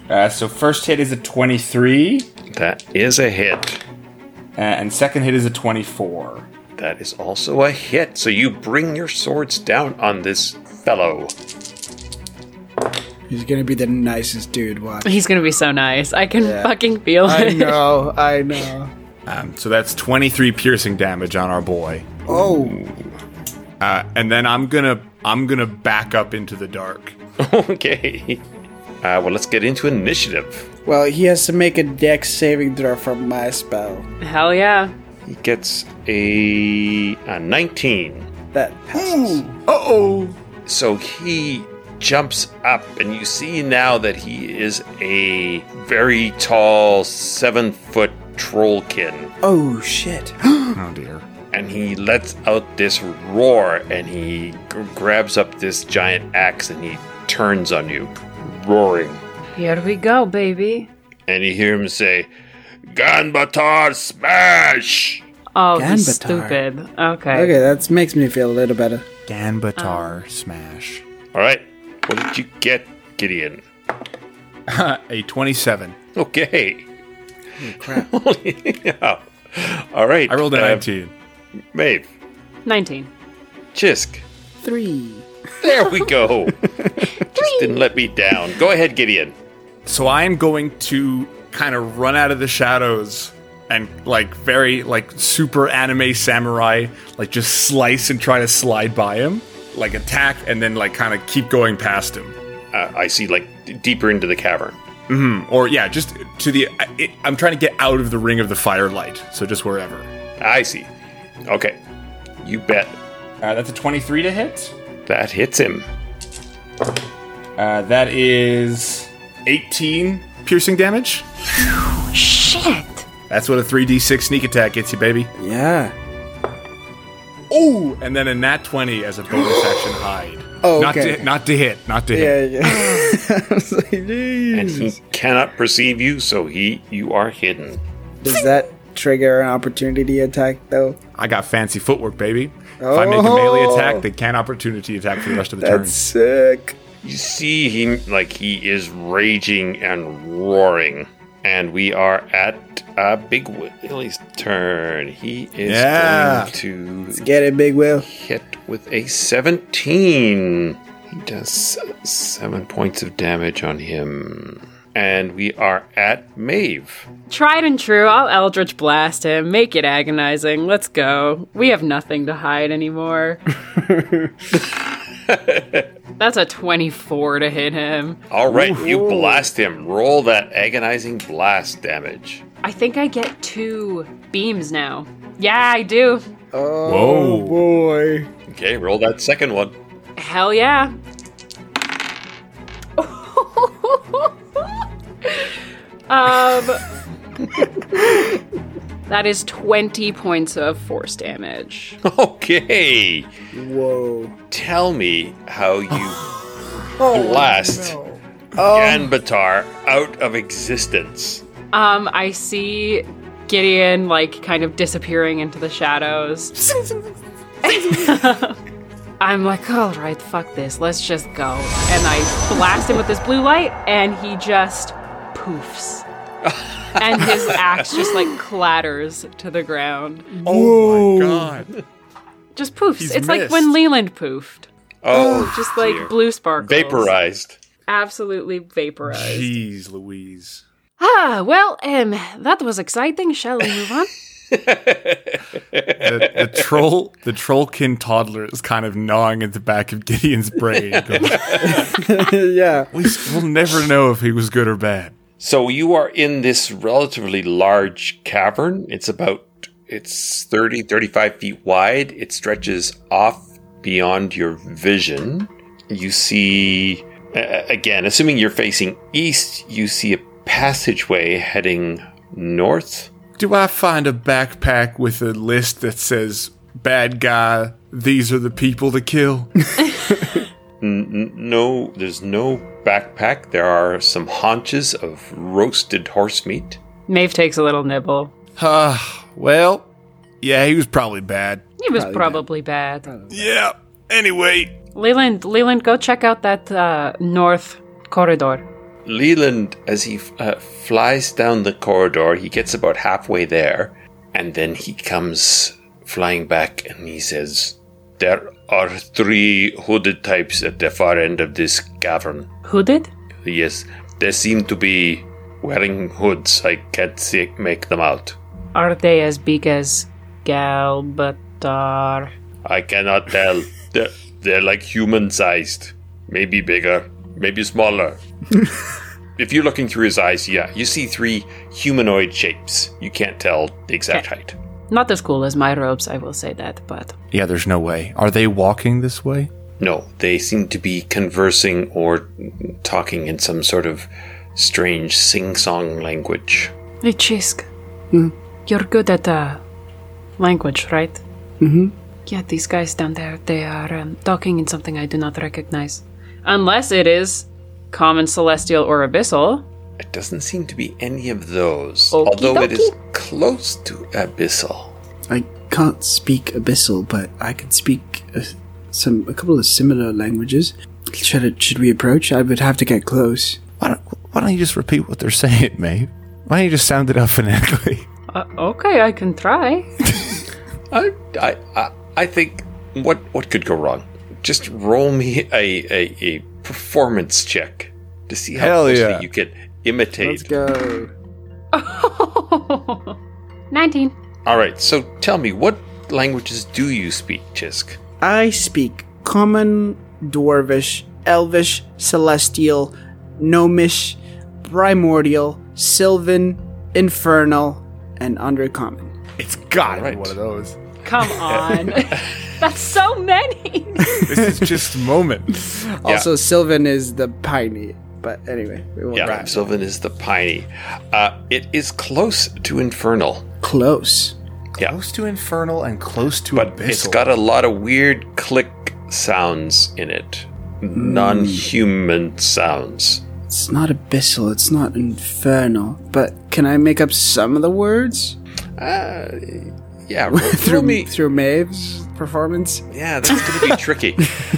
[SPEAKER 8] Uh, so first hit is a 23,
[SPEAKER 2] That is a hit.
[SPEAKER 8] uh, and second hit is a 24.
[SPEAKER 2] That is also a hit. So you bring your swords down on this fellow.
[SPEAKER 4] He's gonna be the nicest dude. Watch.
[SPEAKER 5] He's gonna be so nice. I can fucking feel
[SPEAKER 4] I
[SPEAKER 5] it.
[SPEAKER 4] know. I know.
[SPEAKER 7] Um, so that's 23 piercing damage on our boy.
[SPEAKER 4] Oh,
[SPEAKER 7] Uh, and then I'm gonna, I'm gonna back up into the dark.
[SPEAKER 2] Okay. Uh, well, let's get into initiative.
[SPEAKER 4] well, he has to make a dex saving throw from my spell.
[SPEAKER 5] Hell yeah.
[SPEAKER 2] He gets a, a 19.
[SPEAKER 4] That passes.
[SPEAKER 7] Uh-oh!
[SPEAKER 2] So he jumps up, and you see now that he is a very tall, seven foot trollkin.
[SPEAKER 4] Oh shit.
[SPEAKER 8] Hmm.
[SPEAKER 7] Oh dear.
[SPEAKER 2] And he lets out this roar, and he g- grabs up this giant axe and he turns on you, roaring.
[SPEAKER 5] Here we go, baby.
[SPEAKER 2] And you hear him say, Ganbatar smash!
[SPEAKER 5] Oh, he's
[SPEAKER 4] Ganbatar.
[SPEAKER 5] stupid. Okay.
[SPEAKER 4] Okay, that makes me feel a little better.
[SPEAKER 8] Um,
[SPEAKER 7] Ganbatar smash.
[SPEAKER 2] All right, what did you get, Gideon?
[SPEAKER 7] Uh, a 27.
[SPEAKER 2] Okay. Holy- yeah. All right.
[SPEAKER 7] I rolled a
[SPEAKER 2] uh,
[SPEAKER 7] 19.
[SPEAKER 2] Maeve,
[SPEAKER 5] 19.
[SPEAKER 2] Chisk.
[SPEAKER 4] Three.
[SPEAKER 2] There we go. Just didn't let me down. Go ahead, Gideon.
[SPEAKER 3] So I am going to kind of run out of the shadows and like very like super anime samurai, like just slice and try to slide by him, like attack and then like kind of keep going past him.
[SPEAKER 2] Uh, I see, like d- deeper into the cavern.
[SPEAKER 3] Or yeah, just to the I- it, I'm trying to get out of the ring of the firelight, so just wherever.
[SPEAKER 2] I see. Okay. You bet.
[SPEAKER 8] Uh, that's a 23 to hit.
[SPEAKER 2] That hits him.
[SPEAKER 8] Uh, that is
[SPEAKER 3] 18 piercing damage.
[SPEAKER 5] Shit!
[SPEAKER 3] That's what a 3d6 sneak attack gets you, baby.
[SPEAKER 4] Yeah.
[SPEAKER 3] Oh, and then a nat 20 as a bonus action hide.
[SPEAKER 4] Oh,
[SPEAKER 7] Not,
[SPEAKER 4] okay.
[SPEAKER 7] to, not to hit. Not to
[SPEAKER 4] yeah,
[SPEAKER 7] hit.
[SPEAKER 4] yeah. I was like, "Jeez."
[SPEAKER 2] And he cannot perceive you, so he you are hidden.
[SPEAKER 4] Does that trigger an opportunity attack though?
[SPEAKER 7] I got fancy footwork, baby. If I make a melee attack, they can opportunity attack for the rest of the turn.
[SPEAKER 4] Oh. That's sick.
[SPEAKER 2] You see him like he is raging and roaring. And we are at uh, Big Willie's turn. He is
[SPEAKER 7] Yeah.
[SPEAKER 2] going to
[SPEAKER 4] Get it, Big Will.
[SPEAKER 2] hit with a 17. He does seven points of damage on him. And we are at Maeve.
[SPEAKER 5] Tried and true, I'll Eldritch Blast him, make it agonizing, let's go. We have nothing to hide anymore. That's a 24 to hit him.
[SPEAKER 2] All right, you blast him. Roll that agonizing blast damage.
[SPEAKER 5] I think I get two beams now. Yeah, I do.
[SPEAKER 7] Whoa.
[SPEAKER 4] Boy.
[SPEAKER 2] Okay, roll that second one.
[SPEAKER 5] Hell yeah. um, that is 20 points of force damage.
[SPEAKER 2] Okay,
[SPEAKER 4] Whoa.
[SPEAKER 2] tell me how you blast Ganbatar out of existence.
[SPEAKER 5] Um, I see Gideon like kind of disappearing into the shadows. I'm like, all right, fuck this, let's just go. And I blast him with this blue light, and he just poofs. and his axe just like clatters to the ground.
[SPEAKER 7] Oh my god.
[SPEAKER 5] Just poofs. it's like
[SPEAKER 7] missed.
[SPEAKER 5] when Leland poofed.
[SPEAKER 2] Oh,
[SPEAKER 5] Just like blue sparkles.
[SPEAKER 2] vaporized.
[SPEAKER 5] Absolutely vaporized.
[SPEAKER 7] Jeez Louise.
[SPEAKER 5] Ah, well, um, that was exciting. Shall we move on?
[SPEAKER 7] The, the troll the trollkin toddler is kind of gnawing at the back of Gideon's brain. going,
[SPEAKER 4] yeah.
[SPEAKER 7] we s- we'll never know if he was good or bad.
[SPEAKER 2] So you are in this relatively large cavern. It's about it's 30 35 feet wide. It stretches off beyond your vision. You see a- again, assuming you're facing east, you see a passageway heading north.
[SPEAKER 7] Do I find a backpack with a list that says bad guy, these are the people to kill?
[SPEAKER 2] No, there's no backpack. There are some haunches of roasted horse meat.
[SPEAKER 5] Maeve takes a little nibble.
[SPEAKER 7] uh, well, yeah, he was probably bad.
[SPEAKER 5] He was probably bad.
[SPEAKER 7] Yeah. Anyway,
[SPEAKER 5] Leland, Leland, go check out that uh, north corridor.
[SPEAKER 2] Leland, as he uh, flies down the corridor, he gets about halfway there, and then he comes flying back and he says, There are three hooded types at the far end of this cavern.
[SPEAKER 5] Who did?
[SPEAKER 2] Yes, they seem to be wearing hoods. I can't see, make them out.
[SPEAKER 5] Are they as big as Galbatar?
[SPEAKER 2] I cannot tell. they're, they're like human sized. Maybe bigger, maybe smaller. if you're looking through his eyes, yeah, you see three humanoid shapes. You can't tell the exact height.
[SPEAKER 5] Not as cool as my robes, I will say that, but
[SPEAKER 7] yeah, there's no way. Are they walking this way?
[SPEAKER 2] No, they seem to be conversing or talking in some sort of strange sing song language.
[SPEAKER 5] Hey, Chisk. Hmm. You're good at uh, language, right? Mm-hmm. Yeah, these guys down there, they are um, talking in something I do not recognize. Unless it is common celestial or abyssal.
[SPEAKER 2] It doesn't seem to be any of those,
[SPEAKER 5] Okie
[SPEAKER 2] although it is
[SPEAKER 5] dokie.
[SPEAKER 2] close to abyssal.
[SPEAKER 4] I can't speak abyssal, but I can speak a, some a couple of similar languages. Should it, should we approach? I would have to get close.
[SPEAKER 7] Why don't, why don't you just repeat what they're saying, Maeve? Why don't you just sound it out phonetically?
[SPEAKER 5] Uh, okay, I can try.
[SPEAKER 2] I, I, I, I think what what could go wrong? Just roll me a, a, a performance check to see how
[SPEAKER 7] Hell
[SPEAKER 2] closely
[SPEAKER 7] yeah.
[SPEAKER 2] you can
[SPEAKER 4] Let's
[SPEAKER 2] imitate.
[SPEAKER 4] go.
[SPEAKER 5] 19.
[SPEAKER 2] All right, so tell me, what languages do you speak, Chisk?
[SPEAKER 4] I speak common, dwarvish, elvish, celestial, gnomish, primordial, sylvan, infernal, and undercommon.
[SPEAKER 7] It's gotta
[SPEAKER 2] Alright.
[SPEAKER 7] be one of those.
[SPEAKER 5] Come on. That's so many.
[SPEAKER 7] This is just a moment.
[SPEAKER 4] Also, sylvan is the piney. But anyway, we won't
[SPEAKER 2] Yeah,
[SPEAKER 4] drive.
[SPEAKER 2] Sylvan is the piney. Uh, it is close to infernal,
[SPEAKER 4] Close.
[SPEAKER 7] Close to infernal and close to
[SPEAKER 2] but
[SPEAKER 7] abyssal.
[SPEAKER 2] it's got a lot of weird click sounds in it,
[SPEAKER 7] Hmm.
[SPEAKER 2] non-human sounds.
[SPEAKER 4] It's not abyssal. It's not infernal. But can I make up some of the words
[SPEAKER 2] Yeah, roll,
[SPEAKER 4] through
[SPEAKER 2] roll me.
[SPEAKER 4] through Maeve's performance?
[SPEAKER 2] Yeah, that's going to be tricky.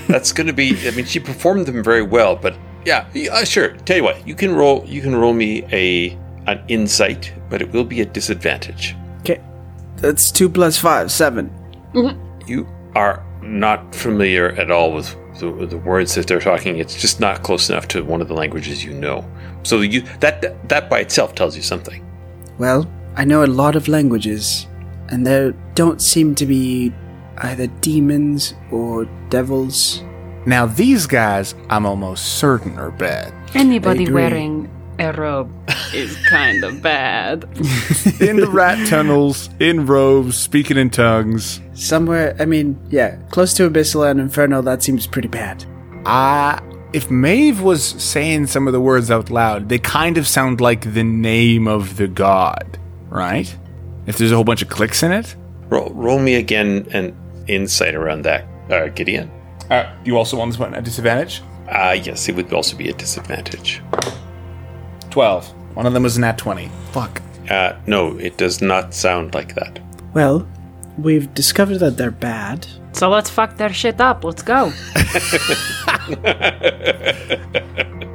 [SPEAKER 2] That's going to be. I mean, she performed them very well, but yeah, y- uh, sure. Tell you what, you can roll. You can roll me a an insight, but it will be a disadvantage.
[SPEAKER 4] Okay, that's two plus five, seven.
[SPEAKER 2] You are not familiar at all with the, the words that they're talking. It's just not close enough to one of the languages you know. So you that that by itself tells you something.
[SPEAKER 4] Well, I know a lot of languages, and there don't seem to be either demons or devils.
[SPEAKER 7] now these guys, I'm almost certain are bad.
[SPEAKER 5] Anybody
[SPEAKER 4] agree.
[SPEAKER 5] wearing a robe is kind of bad.
[SPEAKER 7] In the rat tunnels, in robes, speaking in tongues.
[SPEAKER 4] Somewhere, I mean, yeah, close to Abyssal and Inferno, that seems pretty bad.
[SPEAKER 7] I, Uh, if Maeve was saying some of the words out loud, they kind of sound like the name of the god, right? If there's a whole bunch of clicks in it,
[SPEAKER 2] Roll, roll me again an insight around that, uh, Gideon.
[SPEAKER 8] Uh, you also want this one at disadvantage?
[SPEAKER 2] Uh, yes, it would also be a disadvantage.
[SPEAKER 8] 12.
[SPEAKER 7] one of them was nat twenty. Fuck.
[SPEAKER 2] Uh, no, it does not sound like that.
[SPEAKER 4] Well, we've discovered that they're bad.
[SPEAKER 5] So let's fuck their shit up. Let's go.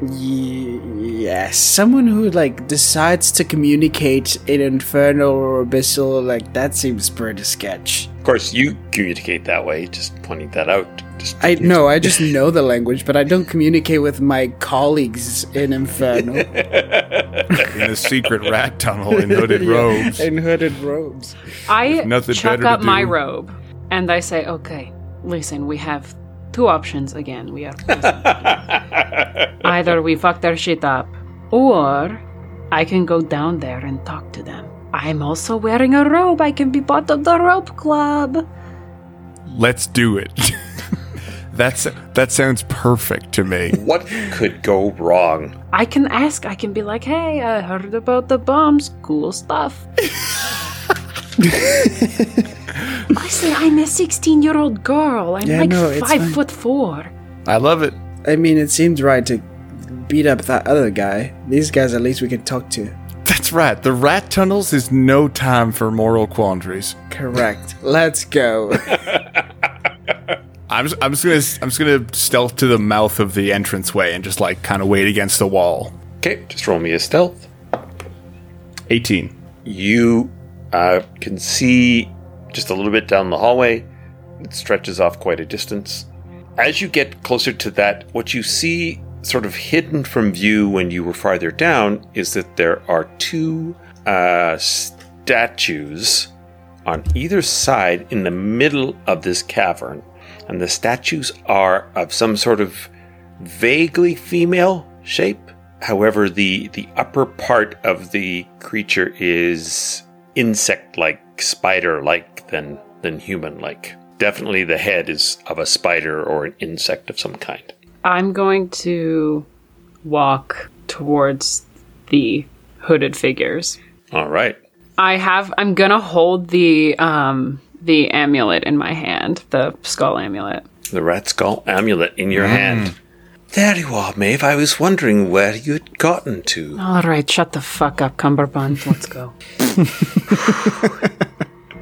[SPEAKER 4] Y- yes, someone who like decides to communicate in Inferno or Abyssal, like that seems pretty sketch.
[SPEAKER 2] Of course, you communicate that way. Just pointing that out. Just
[SPEAKER 4] I no, I just know the language, but I don't communicate with my colleagues in Inferno
[SPEAKER 7] In the secret rat tunnel in hooded robes.
[SPEAKER 4] in hooded robes.
[SPEAKER 5] I
[SPEAKER 7] Nothing
[SPEAKER 5] chuck
[SPEAKER 7] better to
[SPEAKER 5] up my
[SPEAKER 7] do.
[SPEAKER 5] robe and I say, okay, listen, we have two options again. We are either we fuck their shit up or I can go down there and talk to them. I'm also wearing a robe. I can be part of the rope club.
[SPEAKER 7] Let's do it. That's that sounds perfect to me.
[SPEAKER 2] what could go wrong?
[SPEAKER 5] I can ask. I can be like, hey, I heard about the bombs. Cool stuff. Listen, I'm a 16 year old girl. I'm
[SPEAKER 4] Yeah,
[SPEAKER 5] like
[SPEAKER 4] no, it's
[SPEAKER 5] five
[SPEAKER 4] fine.
[SPEAKER 5] foot four.
[SPEAKER 7] I love it.
[SPEAKER 4] I mean, it seemed right to beat up that other guy. These guys, at least we can talk to.
[SPEAKER 7] That's right. The rat tunnels is no time for moral quandaries.
[SPEAKER 4] Correct. Let's go.
[SPEAKER 7] I'm just, I'm just gonna I'm just gonna stealth to the mouth of the entranceway and just like kind of wait against the wall.
[SPEAKER 2] Okay, just roll me a stealth.
[SPEAKER 7] 18.
[SPEAKER 2] You uh, can see just a little bit down the hallway. It stretches off quite a distance. As you get closer to that, what you see, sort of hidden from view when you were farther down, is that there are two uh, statues on either side in the middle of this cavern. And the statues are of some sort of vaguely female shape. However, the, the upper part of the creature is insect like, spider like, than, than human like. Definitely the head is of a spider or an insect of some kind.
[SPEAKER 5] I'm going to walk towards the hooded figures.
[SPEAKER 2] All right.
[SPEAKER 5] I have. I'm gonna hold the um the amulet in my hand, the skull amulet.
[SPEAKER 2] The rat skull amulet in your hand. There you are, Maeve. I was wondering where you'd gotten to.
[SPEAKER 5] All right, shut the fuck up, cummerbund. Let's go.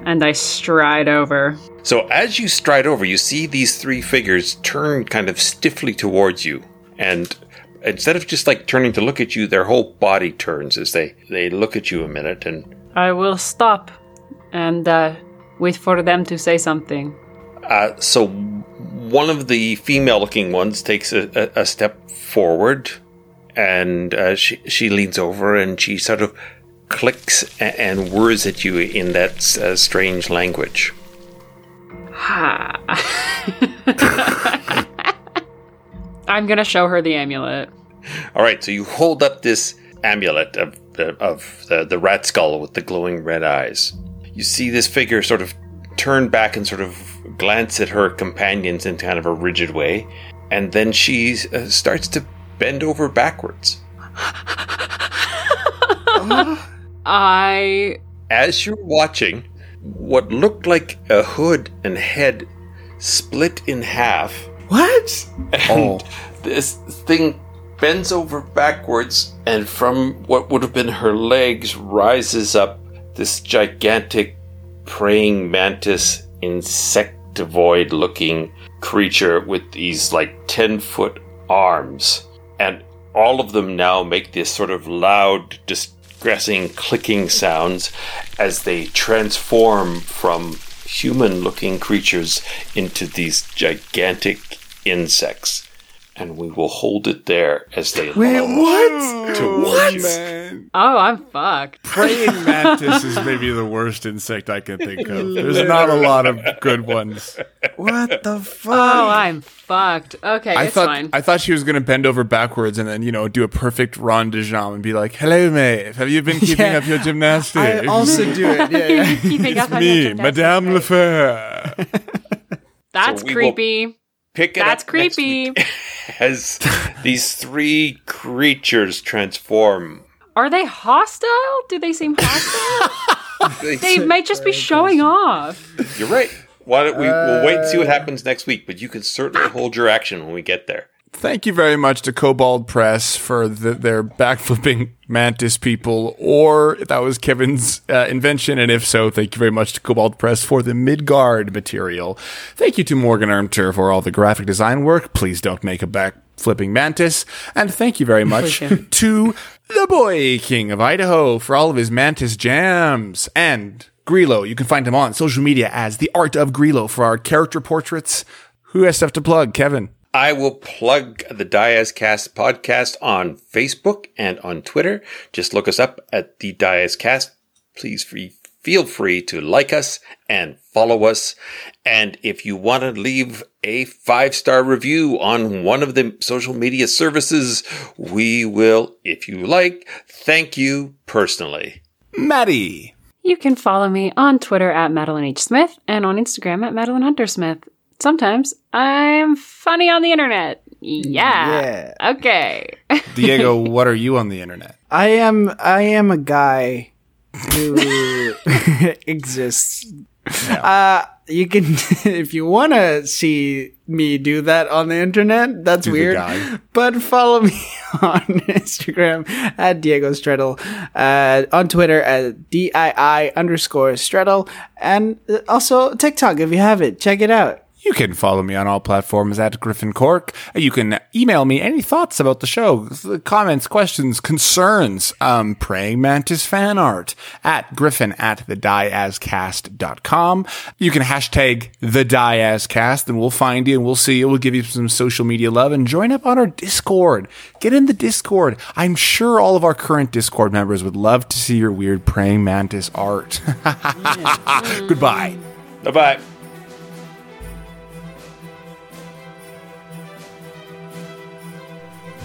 [SPEAKER 5] and I stride over.
[SPEAKER 2] So as you stride over, you see these three figures turn kind of stiffly towards you, and instead of just like turning to look at you, their whole body turns as they they look at you a minute and
[SPEAKER 5] I will stop and uh, wait for them to say something.
[SPEAKER 2] Uh, so one of the female-looking ones takes a, a, a step forward, and uh, she she leans over and she sort of clicks and, and whirs at you in that uh, strange language.
[SPEAKER 5] Ha! I'm gonna show her the amulet.
[SPEAKER 2] All right, so you hold up this amulet of the, of the, the rat skull with the glowing red eyes. You see this figure sort of turn back and sort of glance at her companions in kind of a rigid way, and then she uh, starts to bend over backwards.
[SPEAKER 5] I
[SPEAKER 2] As you're watching, what looked like a hood and head split in half
[SPEAKER 4] What?
[SPEAKER 2] and this thing bends over backwards, and from what would have been her legs rises up this gigantic praying mantis insectovoid looking creature with these like 10 foot arms. And all of them now make this sort of loud, distressing clicking sounds as they transform from human looking creatures into these gigantic insects. And we will hold it there as they
[SPEAKER 4] Wait,
[SPEAKER 2] launch
[SPEAKER 4] what?
[SPEAKER 2] towards
[SPEAKER 4] What?
[SPEAKER 2] you.
[SPEAKER 7] Man.
[SPEAKER 5] oh I'm fucked.
[SPEAKER 7] Praying mantis is maybe the worst insect I can think of. There's not a lot of good ones.
[SPEAKER 4] What the fuck?
[SPEAKER 5] Oh I'm fucked. Okay,
[SPEAKER 7] I
[SPEAKER 5] it's
[SPEAKER 7] thought
[SPEAKER 5] fine.
[SPEAKER 7] I thought she was gonna bend over backwards and then you know do a perfect rond de jambe and be like, "Hello, mate. Have you been keeping
[SPEAKER 4] Yeah.
[SPEAKER 7] up your gymnastics?"
[SPEAKER 4] I also do it. Yeah, yeah.
[SPEAKER 5] Keeping up
[SPEAKER 7] it's
[SPEAKER 5] on
[SPEAKER 7] me,
[SPEAKER 5] your gymnastics,
[SPEAKER 7] Madame
[SPEAKER 5] right?
[SPEAKER 7] Lefer.
[SPEAKER 5] That's
[SPEAKER 2] So we will-
[SPEAKER 5] creepy.
[SPEAKER 2] Pick it
[SPEAKER 5] That's
[SPEAKER 2] up next
[SPEAKER 5] creepy.
[SPEAKER 2] week As these three creatures transform,
[SPEAKER 5] Are they hostile? Do they seem hostile?
[SPEAKER 2] They-
[SPEAKER 5] they might just be showing off.
[SPEAKER 2] You're right. Why don't we? we'll wait and see what happens next week. But you can certainly hold your action when we get there.
[SPEAKER 7] Thank you very much to Cobalt Press for the, their backflipping mantis people, or if that was Kevin's uh, invention. And if so, thank you very much to Cobalt Press for the Midgard material. Thank you to Morgan Armter for all the graphic design work. Please don't make a back flipping mantis. And thank you very much to the boy king of Idaho for all of his mantis jams. And Grillo, you can find him on social media as the art of Grillo for our character portraits. Who has stuff to plug, Kevin?
[SPEAKER 2] I will plug the Diazcast podcast on Facebook and on Twitter. Just look us up at the Diazcast. Please free, feel free to like us and follow us. And if you want to leave a five star review on one of the social media services, we will, if you like, thank you personally.
[SPEAKER 7] Maddie.
[SPEAKER 5] You can follow me on Twitter at Madeline H. Smith and on Instagram at Madeline Hunter Smith. Sometimes I'm funny on the internet. Yeah. Okay.
[SPEAKER 7] Diego, what are you on the internet?
[SPEAKER 4] I am I am a guy who exists. Uh you can if you want to see me do that on the internet, that's weird.
[SPEAKER 7] guy.
[SPEAKER 4] But follow me on Instagram at Diego Streddle, uh, on Twitter at DII underscore Streddle, and also TikTok if you have it. Check it out.
[SPEAKER 7] You can follow me on all platforms at Griffin Cork. You can email me any thoughts about the show, comments, questions, concerns, um, praying mantis fan art at griffin at thediascast.com. You can hashtag the diascast and we'll find you and we'll see you. We'll give you some social media love and join up on our Discord. Get in the Discord. I'm sure all of our current Discord members would love to see your weird praying mantis art. Goodbye.
[SPEAKER 2] Bye bye.